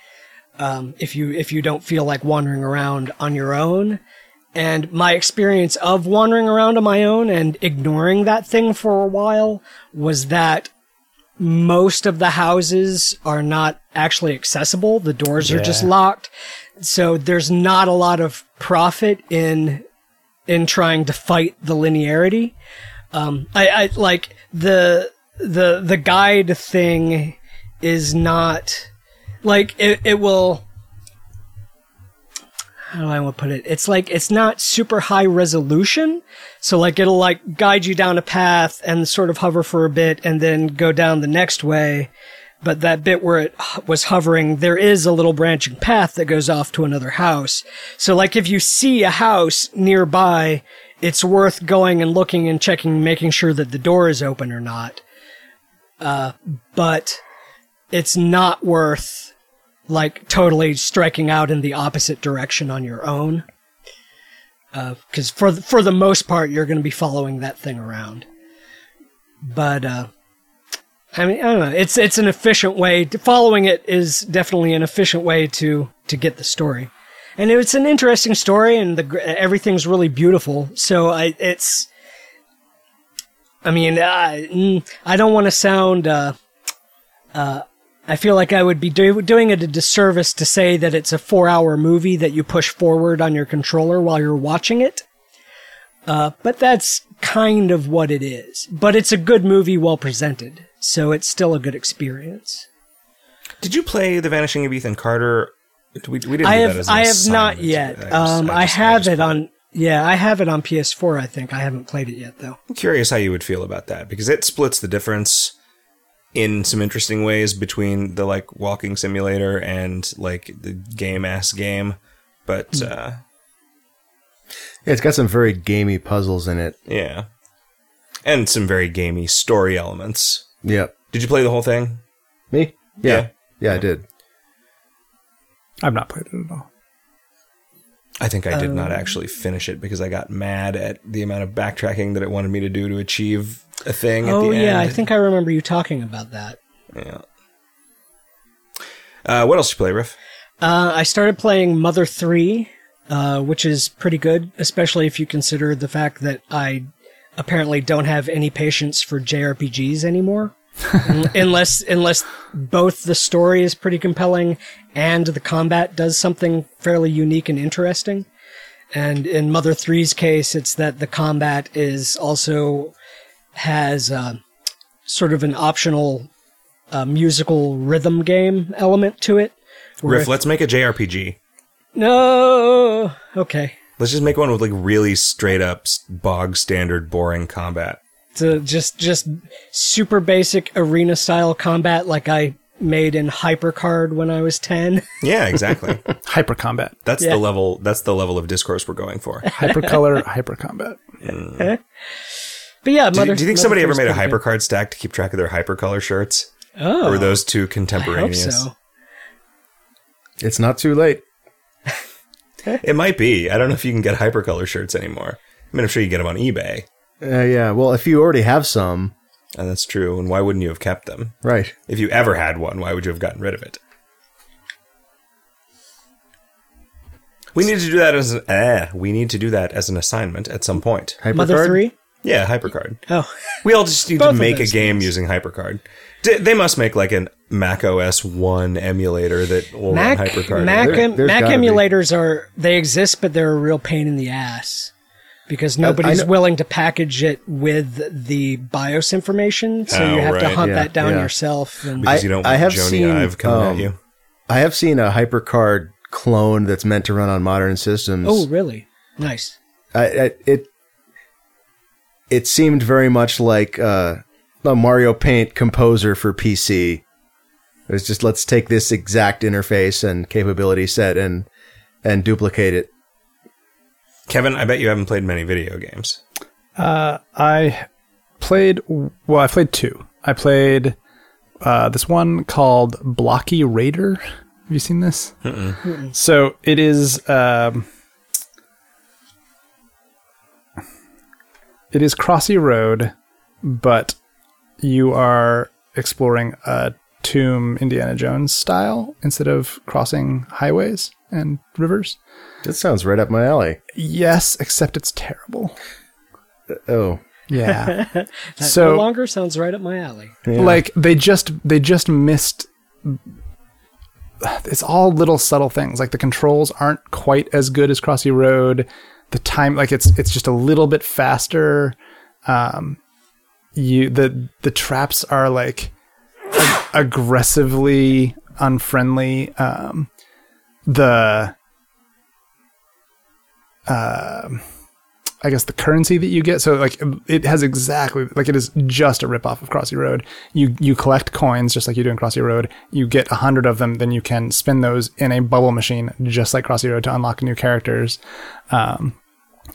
Um, if you if you don't feel like wandering around on your own, and my experience of wandering around on my own and ignoring that thing for a while was that most of the houses are not actually accessible. The doors are just locked. So there's not a lot of profit in in trying to fight the linearity. Um, I, I like the the the guide thing is not like it, it will how do I want to put it? It's like it's not super high resolution, so like it'll like guide you down a path and sort of hover for a bit and then go down the next way. But that bit where it h- was hovering, there is a little branching path that goes off to another house. So like if you see a house nearby, it's worth going and looking and checking, making sure that the door is open or not. Uh, but it's not worth like totally striking out in the opposite direction on your own. Because for the, for the most part, you're going to be following that thing around. But uh, I mean, I don't know. It's it's an efficient way. To, following it is definitely an efficient way to to get the story, and it's an interesting story, and the gr- everything's really beautiful. So I it's. I mean, I, mm, I don't want to sound uh, I feel like I would be do- doing it a disservice to say that it's a four hour movie that you push forward on your controller while you're watching it. Uh, but that's kind of what it is. But it's a good movie well presented, so it's still a good experience. Did you play The Vanishing of Ethan Carter? We, we didn't. I do have that as an I have assignment. not yet. just- um, I, just- have just- it on yeah, I have it on PS4. I think I haven't played it yet though. I'm curious how you would feel about that because it splits the difference in some interesting ways between the like walking simulator and like the game ass game. But Hmm. uh, Yeah, it's got some very gamey puzzles in it. yeah, and some very gamey story elements. Yep. Did you play the whole thing? Me? Yeah. Yeah. Yeah, I did. I've not played it at all. I think I did Um, not actually finish it because I got mad at the amount of backtracking that it wanted me to do to achieve a thing. at oh the yeah, I end. think I remember you talking about that. Yeah. Uh, what else did you play, Riff? Uh, I started playing Mother 3, uh, which is pretty good, especially if you consider the fact that I apparently don't have any patience for JRPGs anymore. Un- unless unless both the story is pretty compelling and the combat does something fairly unique and interesting. And in Mother 3's case, it's that the combat is also has uh, sort of an optional uh, musical rhythm game element to it. where Riff, if- let's make a JRPG. no. Okay. Let's just make one with like really straight up s- bog standard boring combat. So just just super basic arena style combat like I made in Hypercard when I was 10. Yeah, exactly. Hyper combat, that's Yeah. the level. That's the level of discourse we're going for. hyper color, hyper combat. But yeah, Do, mother, you- do you think Mother somebody ever Three's made a pretty good. hypercard stack to keep track of their hypercolor shirts? Oh. or were those two I hope contemporaneous? so. It's not too late. It might be. I don't know if you can get hypercolor shirts anymore. I mean, I'm sure you get them on eBay. Uh, yeah. Well, if you already have some, And that's true. And why wouldn't you have kept them? Right. If you ever had one, why would you have gotten rid of it? We need to do that as an, eh, we need to do that as an assignment at some point. Mother Hypercard? three. Yeah, HyperCard. Oh, We all just need Both to of make a those game using HyperCard. D- they must make like an Mac OS one emulator that will Mac run HyperCard. Mac There- em- there's Mac gotta be. emulators are they exist, but they're a real pain in the ass because Uh, nobody's know- willing to package it with the BIOS information, so Oh, you have to right. hunt Yeah, that down yeah. yourself. And because I- you don't want I have Joni seen, Ive coming um, at you. I have seen a HyperCard clone that's meant to run on modern systems. oh, really? Nice. I, I, it it seemed very much like uh, a Mario Paint composer for PC. It was just let's take this exact interface and capability set and and duplicate it. Kevin, I bet you haven't played many video games. Uh, I played well. I played two. I played uh, this one called Blocky Raider. Have you seen this? So it is. Um, it is Crossy Road, but you are exploring a tomb Indiana Jones style instead of crossing highways and rivers. That sounds right up my alley. Yes, except it's terrible. Oh, Yeah. That so no longer sounds right up my alley. like they just they just missed it's all little subtle things like the controls aren't quite as good as crossy road the time like it's it's just a little bit faster um you the the traps are like ag- aggressively unfriendly um the I guess the currency that you get. So like it has exactly like it is just a ripoff of Crossy Road. You you collect coins just like you do in Crossy Road. You get a hundred of them, then you can spin those in a bubble machine just like Crossy Road to unlock new characters. Um,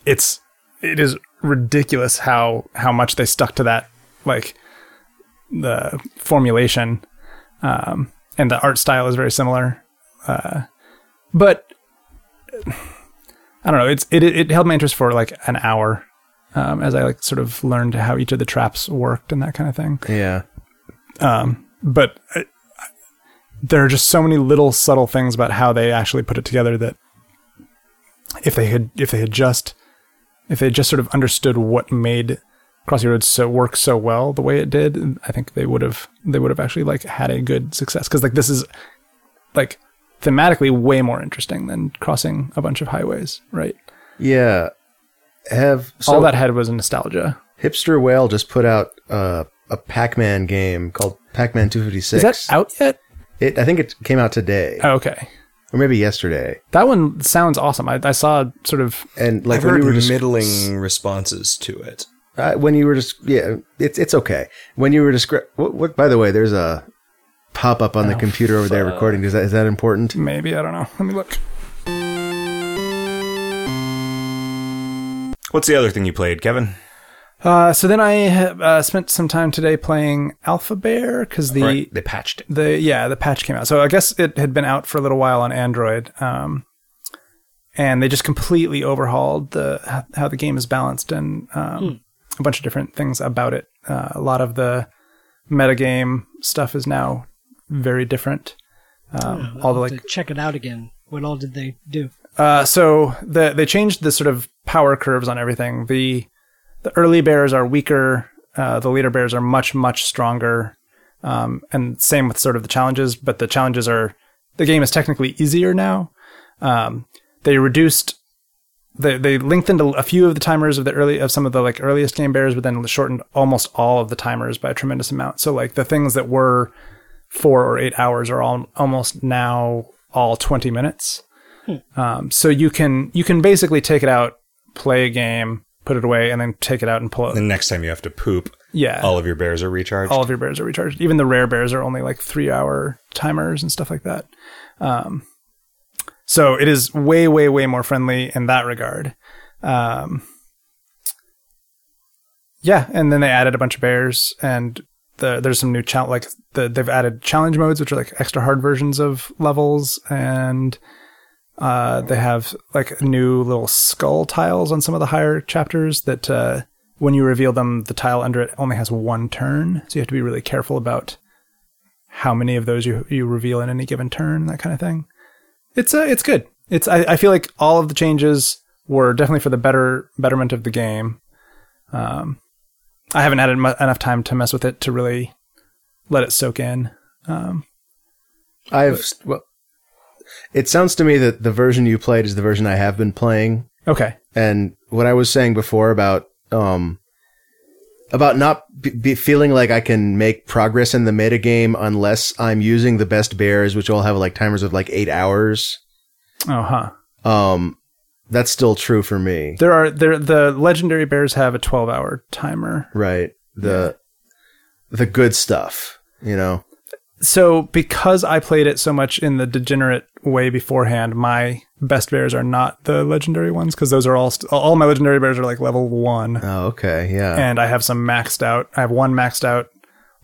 it's it is ridiculous how how much they stuck to that like the formulation, um, and the art style is very similar. Uh, but I don't know. It's it it held my interest for like an hour, um, as I like sort of learned how each of the traps worked and that kind of thing. yeah. But I, I, there are just so many little subtle things about how they actually put it together that if they had if they had just if they had just sort of understood what made Crossy Roads so work so well the way it did, I think they would have they would have actually like had a good success because like this is like thematically way more interesting than crossing a bunch of highways, right? Yeah. Have so all that had was nostalgia. hipster whale just put out uh, a Pac-Man game called Pac-Man 256. Is that out yet? It, I think it came out today Oh, okay, or maybe yesterday. that one sounds awesome. I, I saw sort of And like I've when heard you were just middling responses to it. uh, when you were just yeah, it's it's okay. When you were describing what, what by the way, there's a pop up on the computer over there recording. Is that is that important? maybe I don't know. Let me look. What's the other thing you played, Kevin? Uh, so then I uh, spent some time today playing Alpha Bear because the Right, they patched it. the yeah the patch came out. So I guess it had been out for a little while on Android, um, and they just completely overhauled the how- how the game is balanced and um, a bunch of different things about it. Uh, a lot of the metagame stuff is now very different. Um, all the like To check it out again. What all did they do? Uh, so the, they changed the sort of power curves on everything. The the early bears are weaker. Uh, the later bears are much much stronger. Um, and same with sort of the challenges, but the challenges are the game is technically easier now. Um, they reduced they they lengthened a, a few of the timers of the early of some of the like earliest game bears, but then shortened almost all of the timers by a tremendous amount. So like the things that were four or eight hours are all almost now all twenty minutes. Um, so you can you can basically take it out, play a game, put it away, and then take it out and pull it. The next time you have to poop, yeah, all of your bears are recharged. Uh, all of your bears are recharged. Even the rare bears are only like three hour timers and stuff like that. Um, so it is way, way, way more friendly in that regard. Um, yeah, and then they added a bunch of bears, and the, there's some new challenge. Like the, they've added challenge modes, which are like extra hard versions of levels, and uh, they have like new little skull tiles on some of the higher chapters that uh, when you reveal them, the tile under it only has one turn, so you have to be really careful about how many of those you you reveal in any given turn, that kind of thing. It's uh, it's good. It's I, I feel like all of the changes were definitely for the better betterment of the game. Um, I haven't had em- enough time to mess with it to really let it soak in. Um, I've well, it sounds to me that the version you played is the version I have been playing, okay, and what I was saying before about um about not b- be feeling like I can make progress in the metagame unless I'm using the best bears, which all have like timers of like eight hours. oh huh. Um, that's still true for me, There are there the legendary bears have a twelve hour timer. right? The the good stuff, you know. So because I played it so much in the degenerate way beforehand, my best bears are not the legendary ones because those are all st- all my legendary bears are like level one, Oh, okay, yeah. and I have some maxed out. I have one maxed out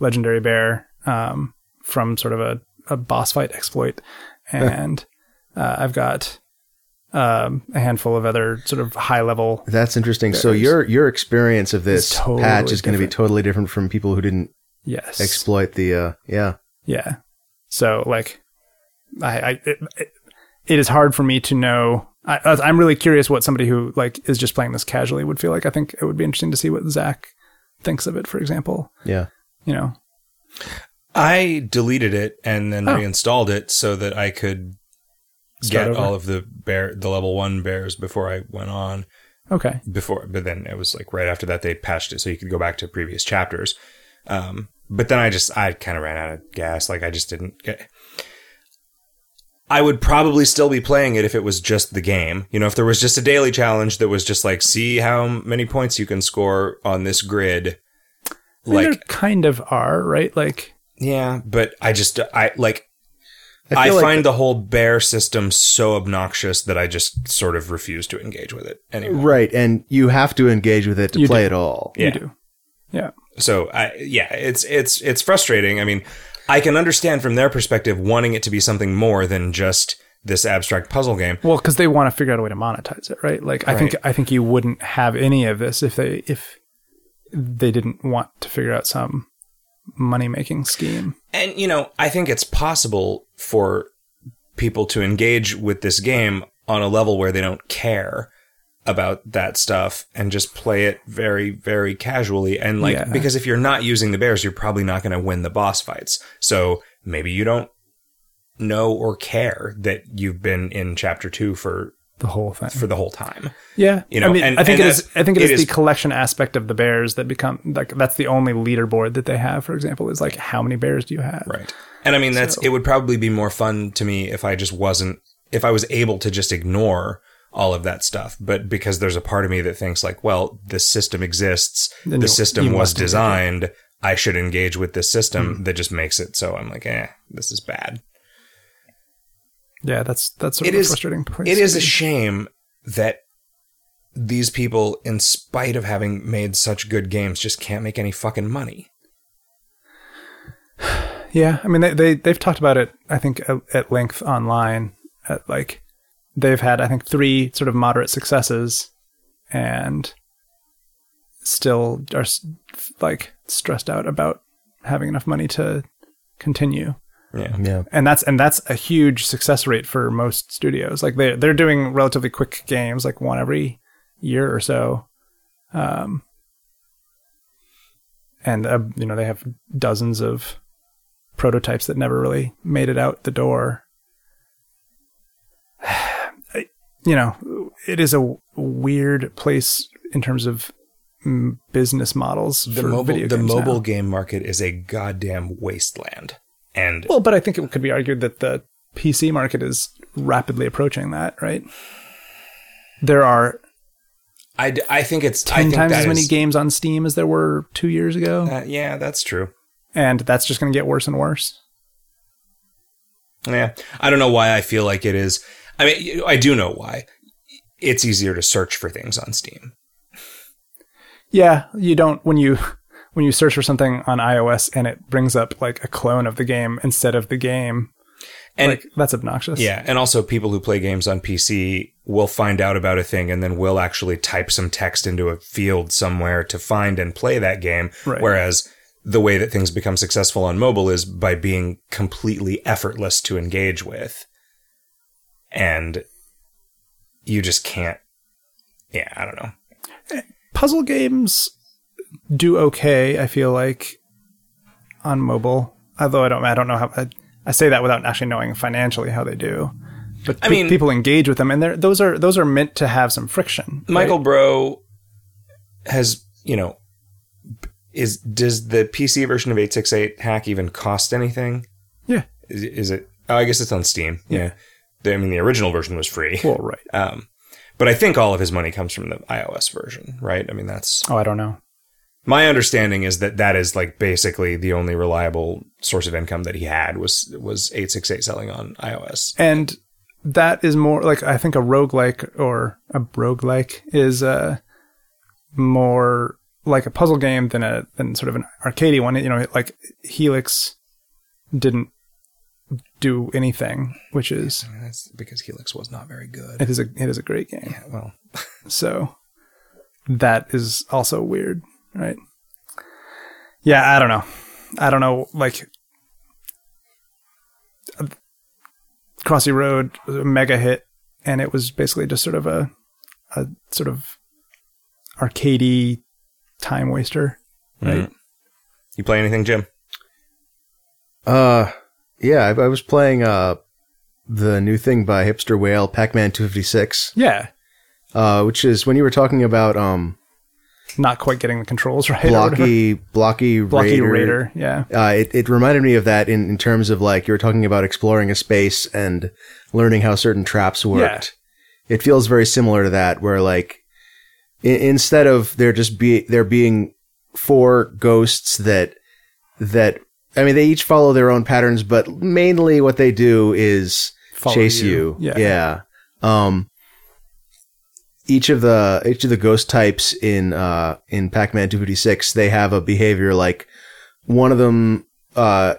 legendary bear um, from sort of a, a boss fight exploit, and uh, I've got um, a handful of other sort of high level. That's interesting. So your your experience of this It's totally patch is going to be totally different from people who didn't Yes, exploit the uh yeah. Yeah. So like, I, I it, it- it is hard for me to know. I, I- I'm really curious what somebody who like is just playing this casually would feel like. I think it would be interesting to see what Zach thinks of it, for example. Yeah. You know, I deleted it and then Oh. reinstalled it so that I could Start get over. all of the bear the level 1 bears before I went on okay, before but then it was like right after that they patched it so you could go back to previous chapters. Um but then I just I kind of ran out of gas like I just didn't get I would probably still be playing it if it was just the game. You know, if there was just a daily challenge that was just like see how many points you can score on this grid. I mean, there kind of are right. Like, Yeah, but I just I like I I, feel like- find the whole bear system so obnoxious that I just sort of refuse to engage with it anymore. Right, and you have to engage with it to You play do. it all. Yeah. you do. Yeah. So I yeah, it's it's it's frustrating. I mean, I can understand from their perspective wanting it to be something more than just this abstract puzzle game. Well, because they want to figure out a way to monetize it, right? Like, I think I think you wouldn't have any of this if they if they didn't want to figure out some money making scheme. And you know, I think it's possible for people to engage with this game on a level where they don't care about that stuff and just play it very very casually and like Yeah. because if you're not using the bears you're probably not going to win the boss fights. So maybe you don't know or care that you've been in chapter 2 for The whole thing. for the whole time. Yeah, You know, I mean, and- I think and it is. that- I think it it is, is- the collection aspect of the bears that become like that's the only leaderboard that they have. For example, is like how many bears do you have? Right. And I mean, that's it would probably be more fun to me if I just wasn't, if I was able to just ignore all of that stuff. But because there's a part of me that thinks, like, well, this system exists, Then the you- system you was must engage it. Hmm. designed, I should engage with this system that just makes it so I'm like, eh, this is bad. Yeah, that's that's sort It of is- a frustrating. Place It to is a be. shame that these people, in spite of having made such good games, just can't make any fucking money. yeah, I mean they they they've talked about it. I think at, at length online. At like they've had I think three sort of moderate successes, and still are s- like stressed out about having enough money to continue. Yeah. Yeah. and that's and that's a huge success rate for most studios. Like they they're doing relatively quick games, like one every year or so, um, and uh, you know they have dozens of prototypes that never really made it out the door. I- you know, it is a w- weird place in terms of mm, business models The for mobile, video the games now. mobile game market is a goddamn wasteland. And Well, but I think it could be argued that the PC market is rapidly approaching that, right? There are I, d- I think it's I 10 think times that as many is- games on Steam as there were two years ago, Uh, yeah, that's true. and that's just going to get worse and worse. Yeah, I don't know why I feel like it is. I mean, y- I do know why. It's easier to search for things on Steam. Yeah, you don't when you when you search for something on iOS and it brings up like a clone of the game instead of the game. And like that's obnoxious. yeah, and also people who play games on PC we'll find out about a thing and then we'll actually type some text into a field somewhere to find and play that game. Right. Whereas the way that things become successful on mobile is by being completely effortless to engage with. And you just can't. Yeah, I don't know. puzzle games do okay. I feel like on mobile, although I don't, I don't know how. I, I say that without actually knowing financially how they do, but I pe- mean- people engage with them, and they're, those are those are meant to have some friction. Michael Bro has, you know, is does the PC version of 868 hack even cost anything? Yeah. Is, is it Oh, I guess it's on Steam. Yeah. The- I mean the original version was free. Well, right. Um but I think all of his money comes from the iOS version, right? I mean that's Oh, I don't know. my understanding is that that is like basically the only reliable source of income that he had was was 868 selling on iOS. and that is more like I think a roguelike or a roguelike is uh, more like a puzzle game than a than sort of an arcadey one. You know, like Helix didn't do anything, which is And that's because Helix was not very good. it is a it is a great game. Well, So that is also weird, right? Yeah, I don't know. I don't know. Like uh, Crossy Road was a mega hit, and it was basically just sort of a a sort of arcadey time waster. Right. you play anything, Jim? Uh, yeah, I, I was playing uh the new thing by Hipster Whale, Pac Man 256, Yeah, uh, which is when you were talking about um not quite getting the controls right. or whatever. blocky blocky blocky raider. raider. Yeah, Uh, it, it reminded me of that in, in terms of like you were talking about exploring a space and learning how certain traps worked. It feels very similar to that, where like I- instead of there just be there being four ghosts that that I mean they each follow their own patterns, but mainly what they do is Follow chase you. Yeah. yeah. Um, each of the each of the ghost types in uh in Pac-Man 256, they have a behavior like one of them uh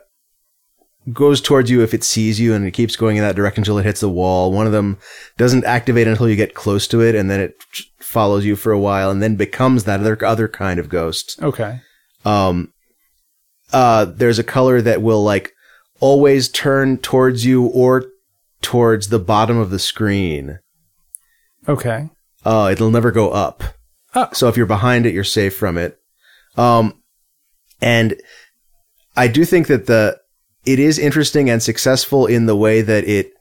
goes towards you if it sees you and it keeps going in that direction until it hits the wall. One of them doesn't activate until you get close to it and then it follows you for a while and then becomes that other other kind of ghost Okay. um uh there's a color that will like always turn towards you or towards the bottom of the screen Okay. uh it'll never go up Oh. so if you're behind it you're safe from it um and i do think that the it is interesting and successful in the way that it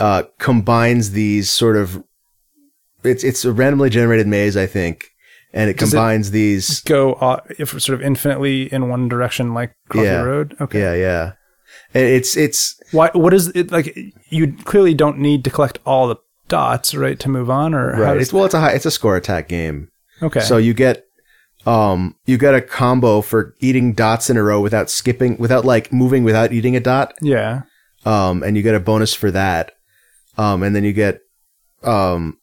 uh combines these sort of it's it's a randomly generated maze i think and it Does it- combines these Go uh, if sort of infinitely in one direction, like Crossy Yeah. Road. Okay. yeah yeah And it's it's Why? What is it like? You clearly don't need to collect all the dots, right, to move on, or how Right. does, It's, well, it's a high, it's a score attack game. okay. So you get um you get a combo for eating dots in a row without skipping, without like moving, without eating a dot. yeah, Um, and you get a bonus for that. Um, and then you get um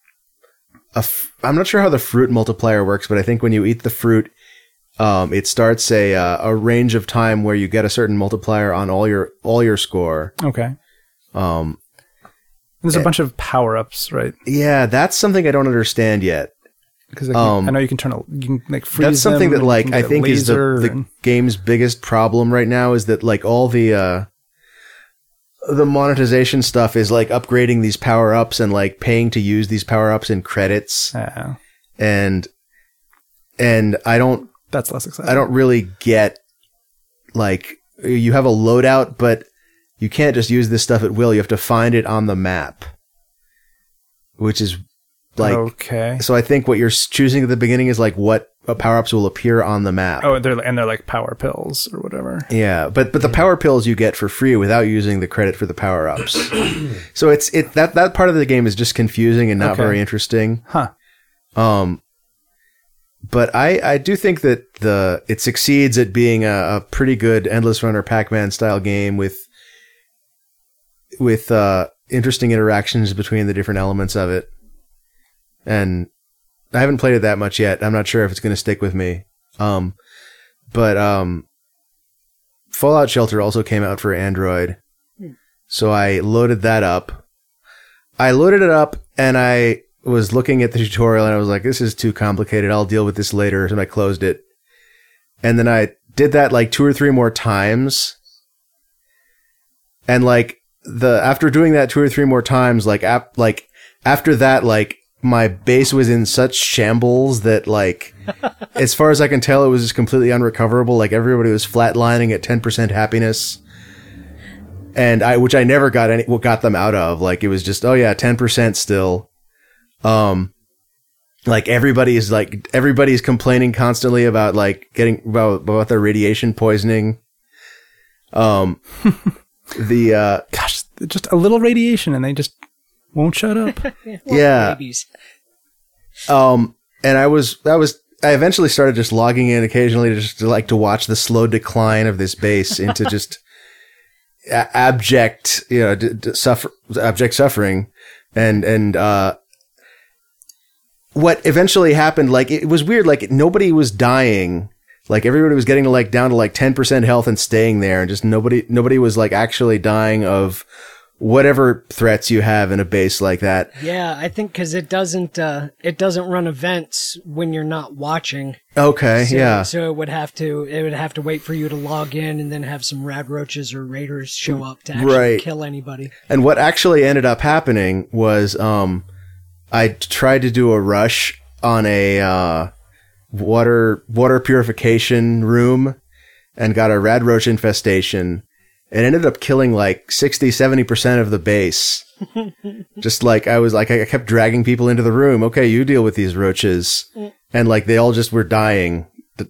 a f- I'm not sure how the fruit multiplier works, but I think when you eat the fruit. Um, it starts a uh, a range of time where you get a certain multiplier on all your all your score. okay. And Um, there's Eh. a bunch of power ups, right? yeah, that's something I don't understand yet. Because I, Um, know you can turn a you can like freeze. that's something them that and you like can I get a think is the, laser the and- game's biggest problem right now is that like all the uh the monetization stuff is like upgrading these power ups and like paying to use these power ups in credits Ah, and and I don't that's less exciting. I don't really get like you have a loadout but you can't just use this stuff at will you have to find it on the map which is like okay. so I think what you're s- choosing at the beginning is like what uh, power ups will appear on the map. Oh, they're and they're like power pills or whatever. Yeah, but but the power pills you get for free without using the credit for the power ups. so it's it that that part of the game is just confusing and not Okay. very interesting. Huh. Um, but I I do think that the it succeeds at being a, a pretty good endless runner Pac Man style game with with uh, interesting interactions between the different elements of it. And I haven't played it that much yet. I'm not sure if it's going to stick with me. Um, but um, Fallout Shelter also came out for Android, so I loaded that up. I loaded it up and I was looking at the tutorial and I was like, this is too complicated. I'll deal with this later. And I closed it. And then I did that like two or three more times. And like the after doing that two or three more times, like ap- like after that, like my base was in such shambles that like as far as I can tell, it was just completely unrecoverable. Like everybody was flatlining at ten percent happiness, and I, which I never got any, what got them out of. Like it was just, oh yeah, ten percent still. Um, like everybody's like everybody's complaining constantly about like getting about about their radiation poisoning. Um, the uh, Gosh, just a little radiation and they just won't shut up. Yeah. Babies. Um, and I was, I was, I eventually started just logging in occasionally to just to like to watch the slow decline of this base into just a- abject, you know, d- d- suffer, abject suffering. And, and, uh, what eventually happened, like it was weird, like nobody was dying. Like everybody was getting to like down to like 10% health and staying there and just nobody, nobody was like actually dying of whatever threats you have in a base like that. Yeah, I think because it doesn't uh, it doesn't run events when you're not watching. Okay. So, yeah. So it would have to it would have to wait for you to log in and then have some rad roaches or raiders show up to actually Right. kill anybody. And what actually ended up happening was um, I tried to do a rush on a uh, water water purification room and got a rad roach infestation. It ended up killing like 60, 70% of the base. Just like I was like, I kept dragging people into the room. Okay, you deal with these roaches. And like they all just were dying. The-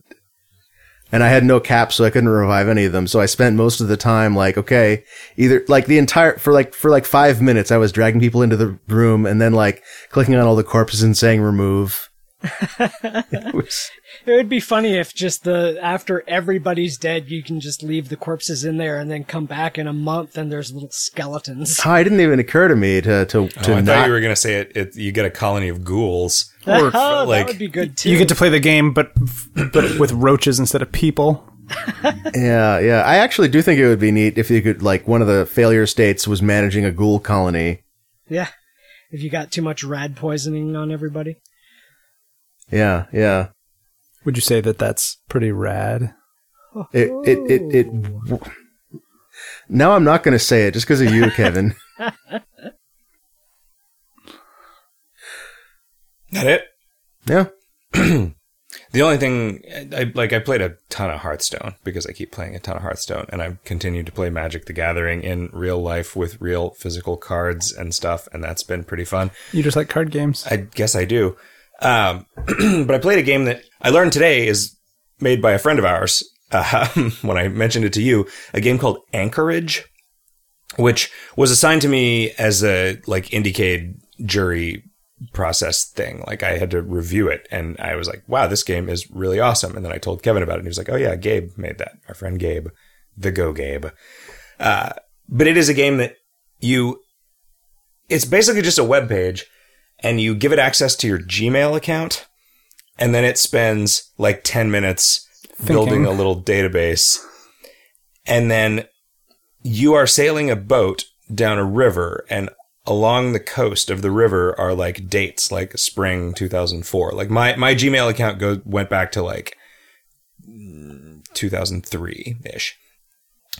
And I had no cap, so I couldn't revive any of them. So I spent most of the time like, okay, either like the entire for like for like five minutes i was dragging people into the room and then like clicking on all the corpses and saying remove It was- It would be funny if just the after everybody's dead, you can just leave the corpses in there and then come back in a month and there's little skeletons. oh, it didn't even occur to me to to, to Oh, I thought not you were going to say it, it. You get a colony of ghouls. oh, that like- would be good too. you get to play the game, but but with roaches instead of people. yeah yeah i actually do think it would be neat if you could like one of the failure states was managing a ghoul colony yeah, if you got too much rad poisoning on everybody. yeah yeah Would you say that that's pretty rad? it it it, it now i'm not going to say it just because of you kevin That it. yeah The only thing I like, I played a ton of Hearthstone because I keep playing a ton of Hearthstone, and I've continued to play Magic: The Gathering in real life with real physical cards and stuff, and that's been pretty fun. You just like card games. I guess I do. Um, but I played a game that I learned today is made by a friend of ours uh, when I mentioned it to you. A game called Anchorage, which was assigned to me as a like Indiecade jury process thing. Like I had to review it, and I was like, "Wow, this game is really awesome." And then I told Kevin about it, and he was like, "Oh yeah, Gabe made that. Our friend Gabe, the Go Gabe." Uh, but it is a game that you. It's basically just a web page and you give it access to your Gmail account, and then it spends like 10 minutes building a little database. And then you are sailing a boat down a river, and along the coast of the river are like dates, like spring 2004. Like my, my Gmail account go, went back to like 2003 ish.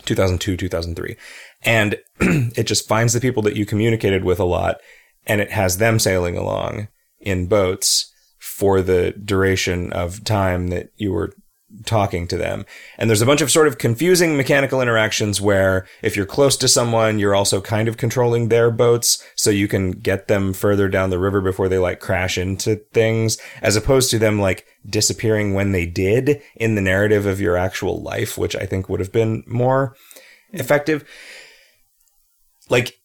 2002, 2003. And it just finds the people that you communicated with a lot and it has them sailing along in boats for the duration of time that you were talking to them. And there's a bunch of sort of confusing mechanical interactions where if you're close to someone, you're also kind of controlling their boats so you can get them further down the river before they like crash into things as opposed to them like disappearing when they did in the narrative of your actual life, which I think would have been more effective. Like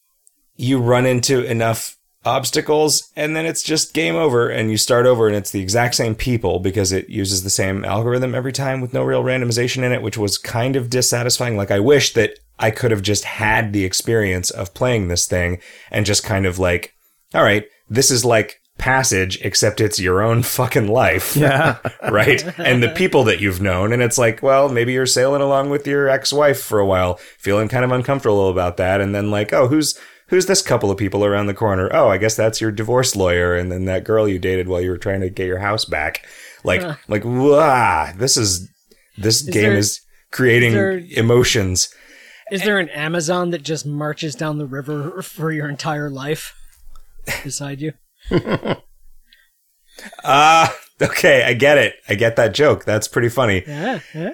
you run into enough obstacles and then it's just game over and you start over and it's the exact same people because it uses the same algorithm every time with no real randomization in it which was kind of dissatisfying like i wish that i could have just had the experience of playing this thing and just kind of like all right this is like passage except it's your own fucking life Yeah, right? and the people that you've known. And it's like, well, maybe you're sailing along with your ex wife for a while, feeling kind of uncomfortable about that. And then, like, oh, who's who's this couple of people around the corner? Oh, I guess that's your divorce lawyer, and then that girl you dated while you were trying to get your house back. Like, like, wow, this is this game there- is creating there- emotions. Is there an Amazon that just marches down the river for your entire life beside you? Ah, okay, I get it. I get that joke. That's pretty funny. Yeah, yeah.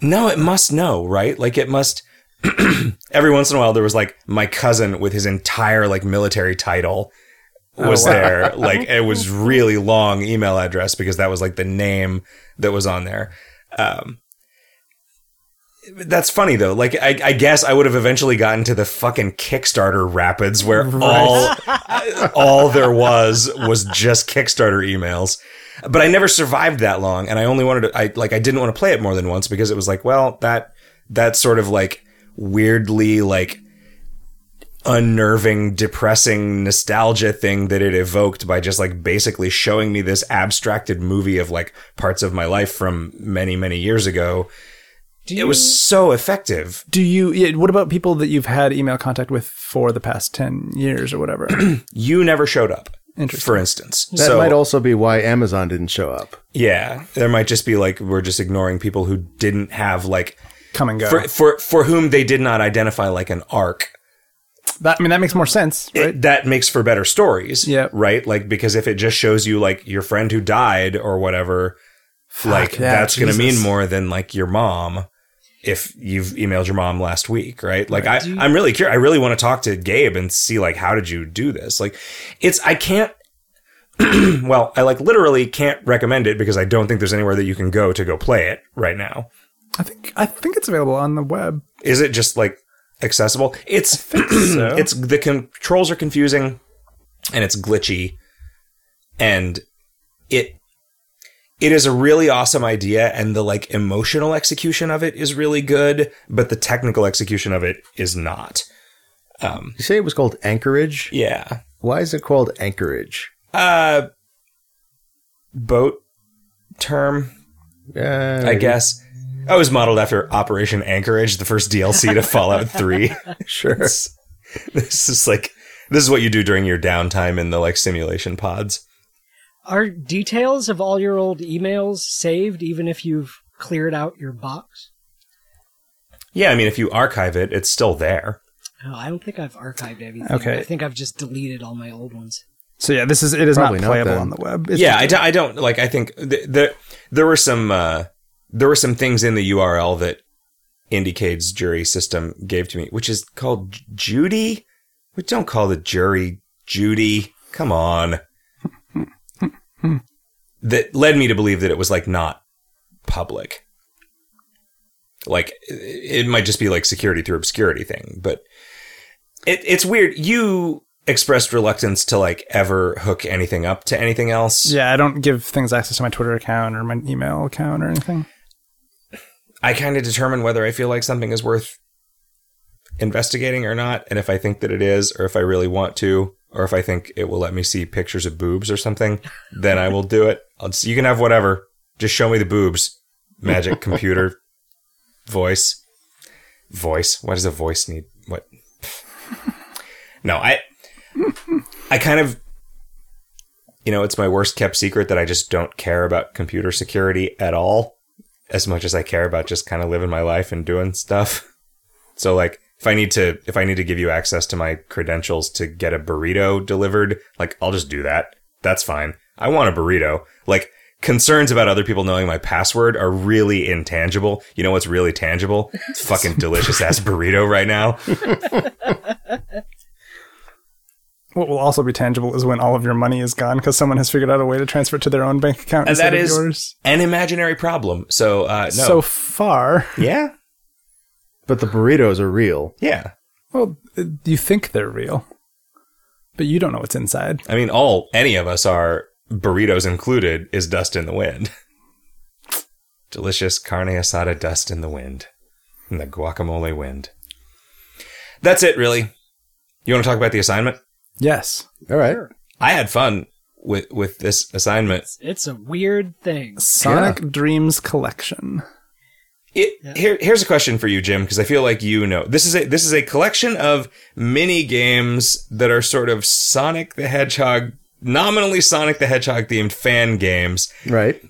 No, it must know, right? Like it must. every once in a while, there was like my cousin with his entire like military title was Oh, wow. there. Like it was really long email address because that was like the name that was on there. Um, that's funny though. Like I, I guess I would have eventually gotten to the fucking Kickstarter rapids where all all there was was just Kickstarter emails. But I never survived that long, and I only wanted to. I like I didn't want to play it more than once because it was like, well, that that sort of like weirdly like unnerving, depressing nostalgia thing that it evoked by just like basically showing me this abstracted movie of like parts of my life from many, many years ago. Do It was so effective. Do you? Yeah, what about people that you've had email contact with for the past ten years or whatever? You never showed up, Interesting. for instance. That so might also be why Amazon didn't show up. yeah, there might just be like we're just ignoring people who didn't have like Come and go. for for for whom they did not identify like an arc. that, I mean, that makes more sense, it- right? that makes for better stories. Yeah. Right? Like, because if it just shows you, like, your friend who died or whatever, like, Ah, yeah, that's going to Jesus. mean more than, like, your mom if you've emailed your mom last week, right? Like, I, I'm really curious. I really want to talk to Gabe and see, like, how did you do this? Like, it's, I can't, well, I, like, literally can't recommend it because I don't think there's anywhere that you can go to go play it right now. I think I think it's available on the web. Is it just, like, accessible? It's, it's the controls are confusing and it's glitchy and it it is a really awesome idea and the like emotional execution of it is really good but the technical execution of it is not Um, You say it was called Anchorage? yeah Why is it called Anchorage? uh boat term Uh, i guess i was modeled after operation anchorage the first dlc to fallout 3 Sure. It's- this is like this is what you do during your downtime in the like simulation pods Are details of all your old emails saved even if you've cleared out your box? Yeah, I mean, if you archive it, it's still there. Oh, I don't think I've archived anything. Okay. I think I've just deleted all my old ones. So yeah, this is it is Probably not not, playable then. on the web. It's yeah, I, do, I don't like. I think th- there there were some uh, there were some things in the URL that indicates jury system gave to me, which is called J- Judy. We don't call the jury Judy. Come on. that led me to believe that it was like not public. Like it it might just be like security through obscurity thing, but it, it's weird. You expressed reluctance to like ever hook anything up to anything else. Yeah, I don't give things access to my Twitter account or my email account or anything. I kind of determine whether I feel like something is worth investigating or not, and if I think that it is, or if I really want to, or if I think it will let me see pictures of boobs or something, then I will do it. I'll just, you can have whatever. Just show me the boobs. Magic computer voice. Voice. Why does a voice need what? No, I I kind of you know, it's my worst kept secret that I just don't care about computer security at all as much as I care about just kind of living my life and doing stuff. So like if I need to if I need to give you access to my credentials to get a burrito delivered, like I'll just do that. That's fine. I want a burrito. Like concerns about other people knowing my password are really intangible. You know what's really tangible? It's fucking delicious ass burrito right now. What will also be tangible is when all of your money is gone because someone has figured out a way to transfer it to their own bank account And instead that of is yours. an imaginary problem. So uh no. So far, yeah. But the burritos are real. Yeah. well, uh, you think they're real, but you don't know what's inside. I mean all any of us are burritos included is dust in the wind. delicious carne asada dust in the wind, in the guacamole wind. That's it, really. You want to talk about the assignment? Yes, All right. I had fun with with this assignment. It's a weird thing. Sonic Dreams Collection. It, here, here's a question for you, Jim, because I feel like you know. This is a this is a collection of mini games that are sort of Sonic the Hedgehog, nominally Sonic the Hedgehog themed fan games. Right.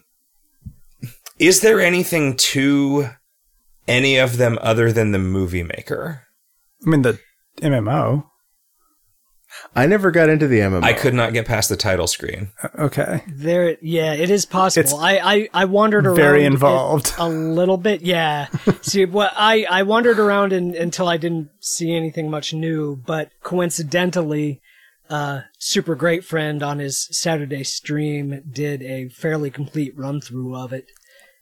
Is there anything to any of them other than the movie maker? I mean, the MMO. I never got into the MMO. I could not get past the title screen. Okay. There, yeah, it is possible. It's I, I, I wandered around very it involved. a little bit. Yeah, see, what I, I wandered around in, until I didn't see anything much new. But coincidentally, uh, super great friend on his Saturday stream did a fairly complete run through of it.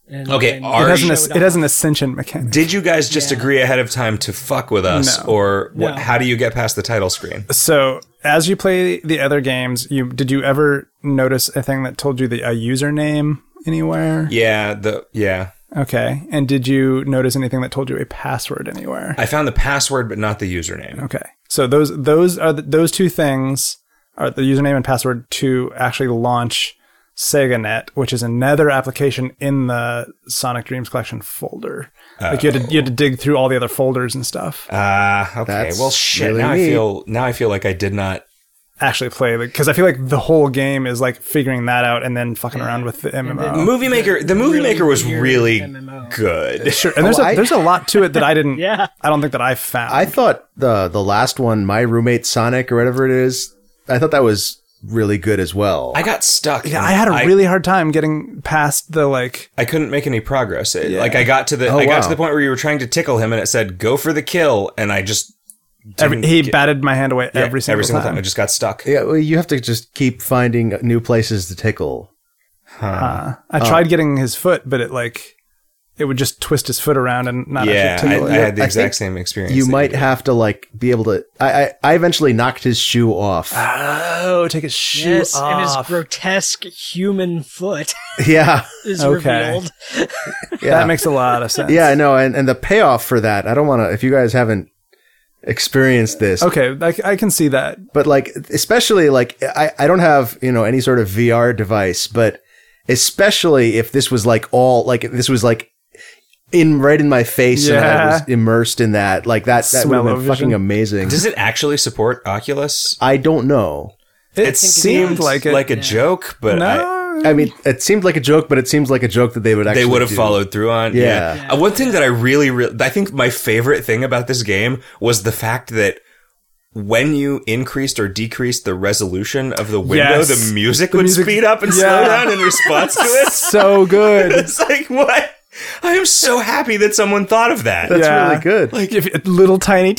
And, Okay, and are It has, an, you- as- it has an ascension mechanic. Did you guys just Yeah. agree ahead of time to fuck with us, No. or what, No. how do you get past the title screen? so, as you play the other games, you did you ever notice a thing that told you the a username anywhere? Yeah, the yeah. Okay. And did you notice anything that told you a password anywhere? I found the password, but not the username. Okay. So those those are the, those two things are the username and password to actually launch SegaNet, which is another application in the Sonic Dreams Collection folder. Like you had to you had to dig through all the other folders and stuff. Ah, okay. That's well, shit. really now I neat. feel now I feel like I did not. actually play because I feel like the whole game is like figuring that out and then fucking around with the MMO. Movie maker. The movie Oh, really maker was weird really MMO. good. Sure, and there's Oh, a, I- there's a lot to it that I didn't. Yeah. I don't think that I found. I thought the the last one, my roommate Sonic or whatever it is, I thought that was really good as well. I got stuck. yeah, I had a I, really hard time getting past the like. I couldn't make any progress. It, Like I got to the. Oh, I got wow. to the point where you were trying to tickle him, and it said "go for the kill," and I just Every, didn't he get- batted my hand away yeah, every single time. I just got stuck. yeah, well, you have to just keep finding new places to tickle. Uh, I Oh. tried getting his foot, but it like it would just twist his foot around and not yeah, actually I, tickle I it. had the I exact think same experience. You that might did. have to like be able to. I I, I eventually knocked his shoe off. Ah. Oh, take his shoe Yes, and his off. grotesque human foot yeah, is Okay. revealed. That makes a lot of sense. yeah, I know. And and the payoff for that, I don't want to. If you guys haven't experienced this, Okay, I, I can see that. but like especially like I, I don't have you know any sort of VR device, but especially if this was like all like if this was like in right in my face and I Yeah. was immersed in that like that that would have been Smell-o-vision. fucking amazing. Does it actually support Oculus? I don't know. It, seemed like it. like a joke, but no, I, I mean, it seemed like a joke, but it seems like a joke that they would actually they would have do. followed through on. Yeah. Uh, one thing that I really, re- I think my favorite thing about this game was the fact that when you increased or decreased the resolution of the window, Yes. the music The would music- speed up and slow Yeah. down in response to it. so good. It's like what? I am so happy that someone thought of that. That's Yeah. really good. like if it- little tiny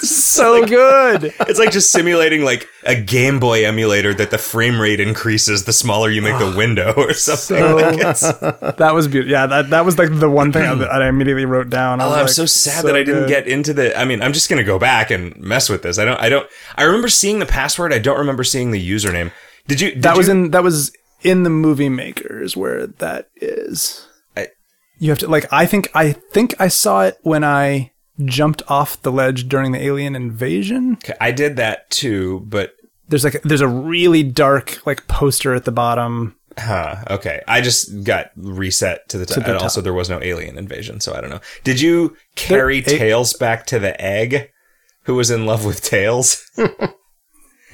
so good It's like just simulating like a Game Boy emulator that the frame rate increases the smaller you make the window or something. So- Like, it's- that was beautiful yeah that, that was like the one thing that i immediately wrote down I Oh, was I'm like, so sad that I didn't good. get into the. I mean, I'm just gonna go back and mess with this. I don't. I don't. I remember seeing the password. I don't remember seeing the username. Did you? Did that was you- in that was in the movie makers where that is I- you have to like i think i think i saw it when i jumped off the ledge during the alien invasion Okay, I did that too, but there's like there's a really dark like poster at the bottom huh, okay. I just got reset to the top. the and also, there was no alien invasion, so I don't know. Did you carry There- a- Tails back to the egg, who was in love with Tails?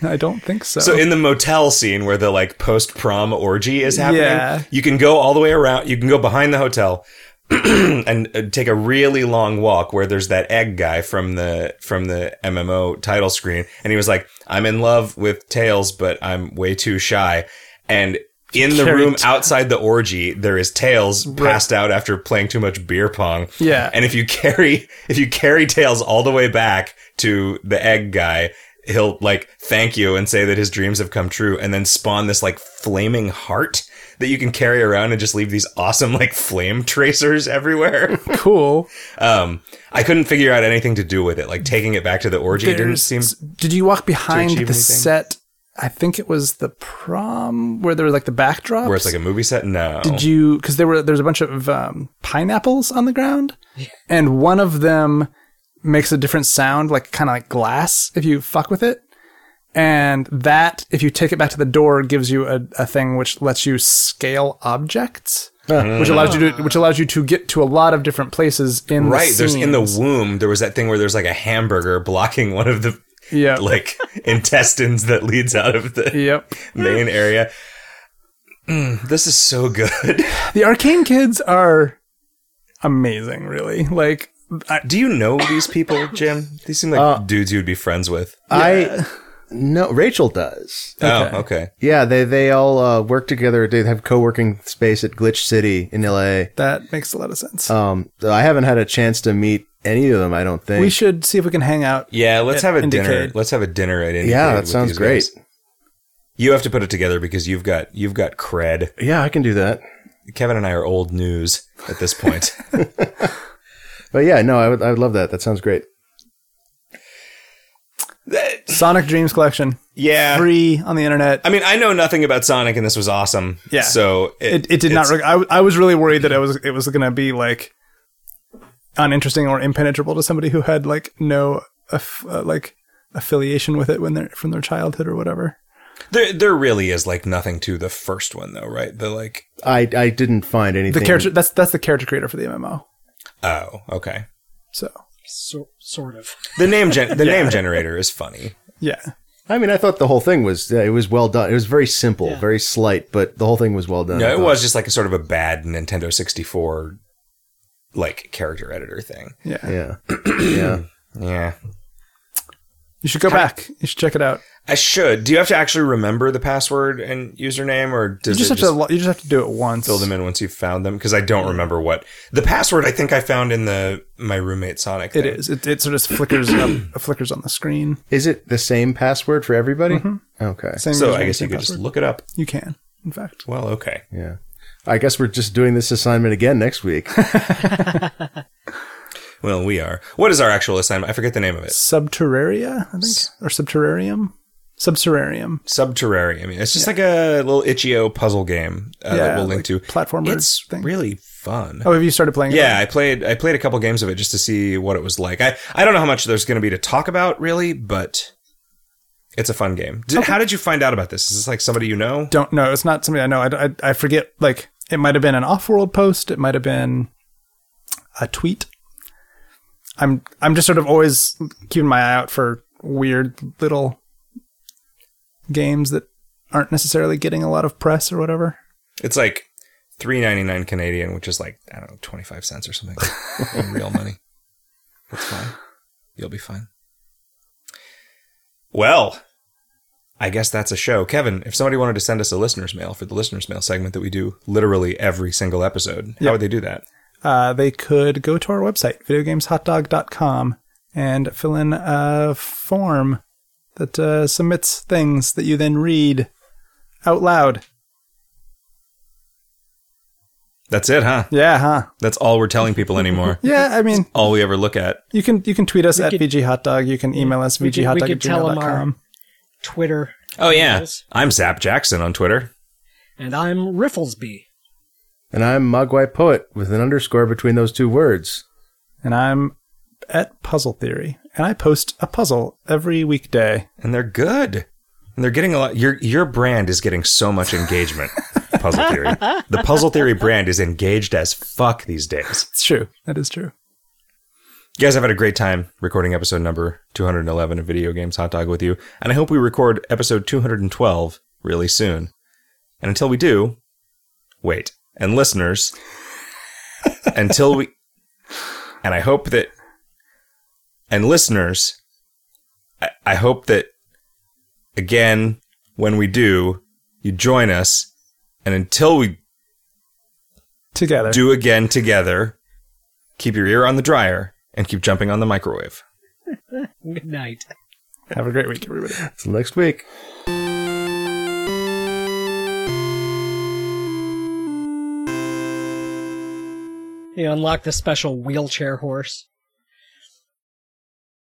i don't think so, So in the motel scene where the like post prom orgy is happening, Yeah. you can go all the way around. You can go behind the hotel and uh, take a really long walk where there's that egg guy from the from the MMO title screen, and he was like, "I'm in love with Tails, but I'm way too shy." And in the Carried room Ta- outside the orgy, there is Tails passed out after playing too much beer pong. Yeah. and if you carry if you carry Tails all the way back to the egg guy, he'll like thank you and say that his dreams have come true and then spawn this like flaming heart that you can carry around and just leave these awesome like flame tracers everywhere. cool um I couldn't figure out anything to do with it. Like taking it back to the orgy didn't There's- seem Did you walk behind the achieve anything? set? I think it was the prom where there was like the backdrop. where it's like a movie set. No. did you? Because there were there's a bunch of um, pineapples on the ground, and one of them makes a different sound, like kind of like glass if you fuck with it. And that, if you take it back to the door, gives you a, a thing which lets you scale objects. Uh-huh. which allows you to which allows you to get to a lot of different places in Right. The there's in the scenes. womb. There was that thing where there's like a hamburger blocking one of the yeah like intestines that leads out of the yep. main area. Mm, this is so good. The arcane kids are amazing, really. Like I, Do you know these people, Jim? These seem like Uh, dudes you'd be friends with. I no, Rachel does. Oh, okay. Yeah, they they all uh, work together. They have co-working space at Glitch City in LA. that makes a lot of sense. Uh, Um, though I haven't had a chance to meet any of them. I don't think. we should see if we can hang out. Yeah, let's have a dinner. Indicate. Let's have a dinner at Indicate yeah, with that sounds these great. guys. You have to put it together because you've got you've got cred. Yeah, I can do that. Kevin and I are old news at this point. But yeah, no, I would I would love that. That sounds great. Sonic Dreams Collection yeah. free on the internet. I mean, I know nothing about Sonic, and this was awesome. Yeah. So It, it did not. it's- Re- I, w- I was really worried that it was it was going to be like uninteresting or impenetrable to somebody who had like no aff- uh, like affiliation with it when they're from their childhood or whatever. there, there really is like nothing to the first one, though, right? The like, I I didn't find anything. The character that's that's the character creator for the MMO. oh, okay. So So, sort of. The name gen- the name generator is funny. yeah, I mean, I thought the whole thing was yeah, it was well done. It was very simple, very slight, but the whole thing was well done. I No, it thought. was just like a sort of a bad Nintendo sixty four like character editor thing. yeah. Yeah, yeah. Yeah. You should go back. You should check it out. I should. Do you have to actually remember the password and username, or You does just it have just to. lo- You just have to do it once. fill them in once you've found them? Because I don't remember what the password. I think I found in the my roommate Sonic. It thing. is. It, it sort of flickers up, flickers on the screen. Is it the same password for everybody? Okay. Same So username, I guess you same could password. just look it up. You can, in fact. Well, okay. Yeah. I guess we're just doing this assignment again next week. Well, we are. What is our actual assignment? I forget the name of it. Subterraria, I think, or Subterrarium, Subterrarium. Subterrarium. It's just like a little itch.io puzzle game uh, that Yeah, we'll link like to. platformer It's thing. really fun. Oh, have you started playing? it? Yeah, I played. I played a couple games of it just to see what it was like. I I don't know how much there's going to be to talk about really, but it's a fun game. Did, How did you find out about this? Is this like somebody you know? Don't know. It's not something I know. I, I, I forget. Like it might have been an off-world post. It might have been a tweet. I'm I'm just sort of always keeping my eye out for weird little games that aren't necessarily getting a lot of press or whatever. It's like three ninety nine Canadian, which is like I don't know twenty five cents or something in real money. It's fine. You'll be fine. Well, I guess that's a show, Kevin. If somebody wanted to send us a listener's mail for the listener's mail segment that we do literally every single episode, how would they do that? uh, they could go to our website, videogameshotdog.com, and fill in a form that uh, submits things that you then read out loud. That's it, huh? Yeah, huh? That's all we're telling people anymore. Yeah, I mean, all we ever look at. you can you can tweet us at could- VGHotdog. You can email us we could- we VGHotdog at could tell 'em our- gmail.com. Twitter, Oh yeah, Yes. I'm Zap Jackson on Twitter. and I'm Rifflesby. and I'm Mogwai Poet with an underscore between those two words. And I'm at Puzzle Theory. And I post a puzzle every weekday. and they're good. And they're getting a lot. Your your brand is getting so much engagement. Puzzle Theory. The Puzzle Theory brand is engaged as fuck these days. It's true. That is true. You guys have had a great time recording episode number 211 of Video Games Hot Dog with you, and I hope we record episode 212 really soon. And until we do, wait. And listeners, until we and I hope that and listeners, I, I hope that again when we do, you join us and until we Together. do again together, keep your ear on the dryer and keep jumping on the microwave. Good night. Have a great week, everybody. Till next week. You unlock the special wheelchair horse.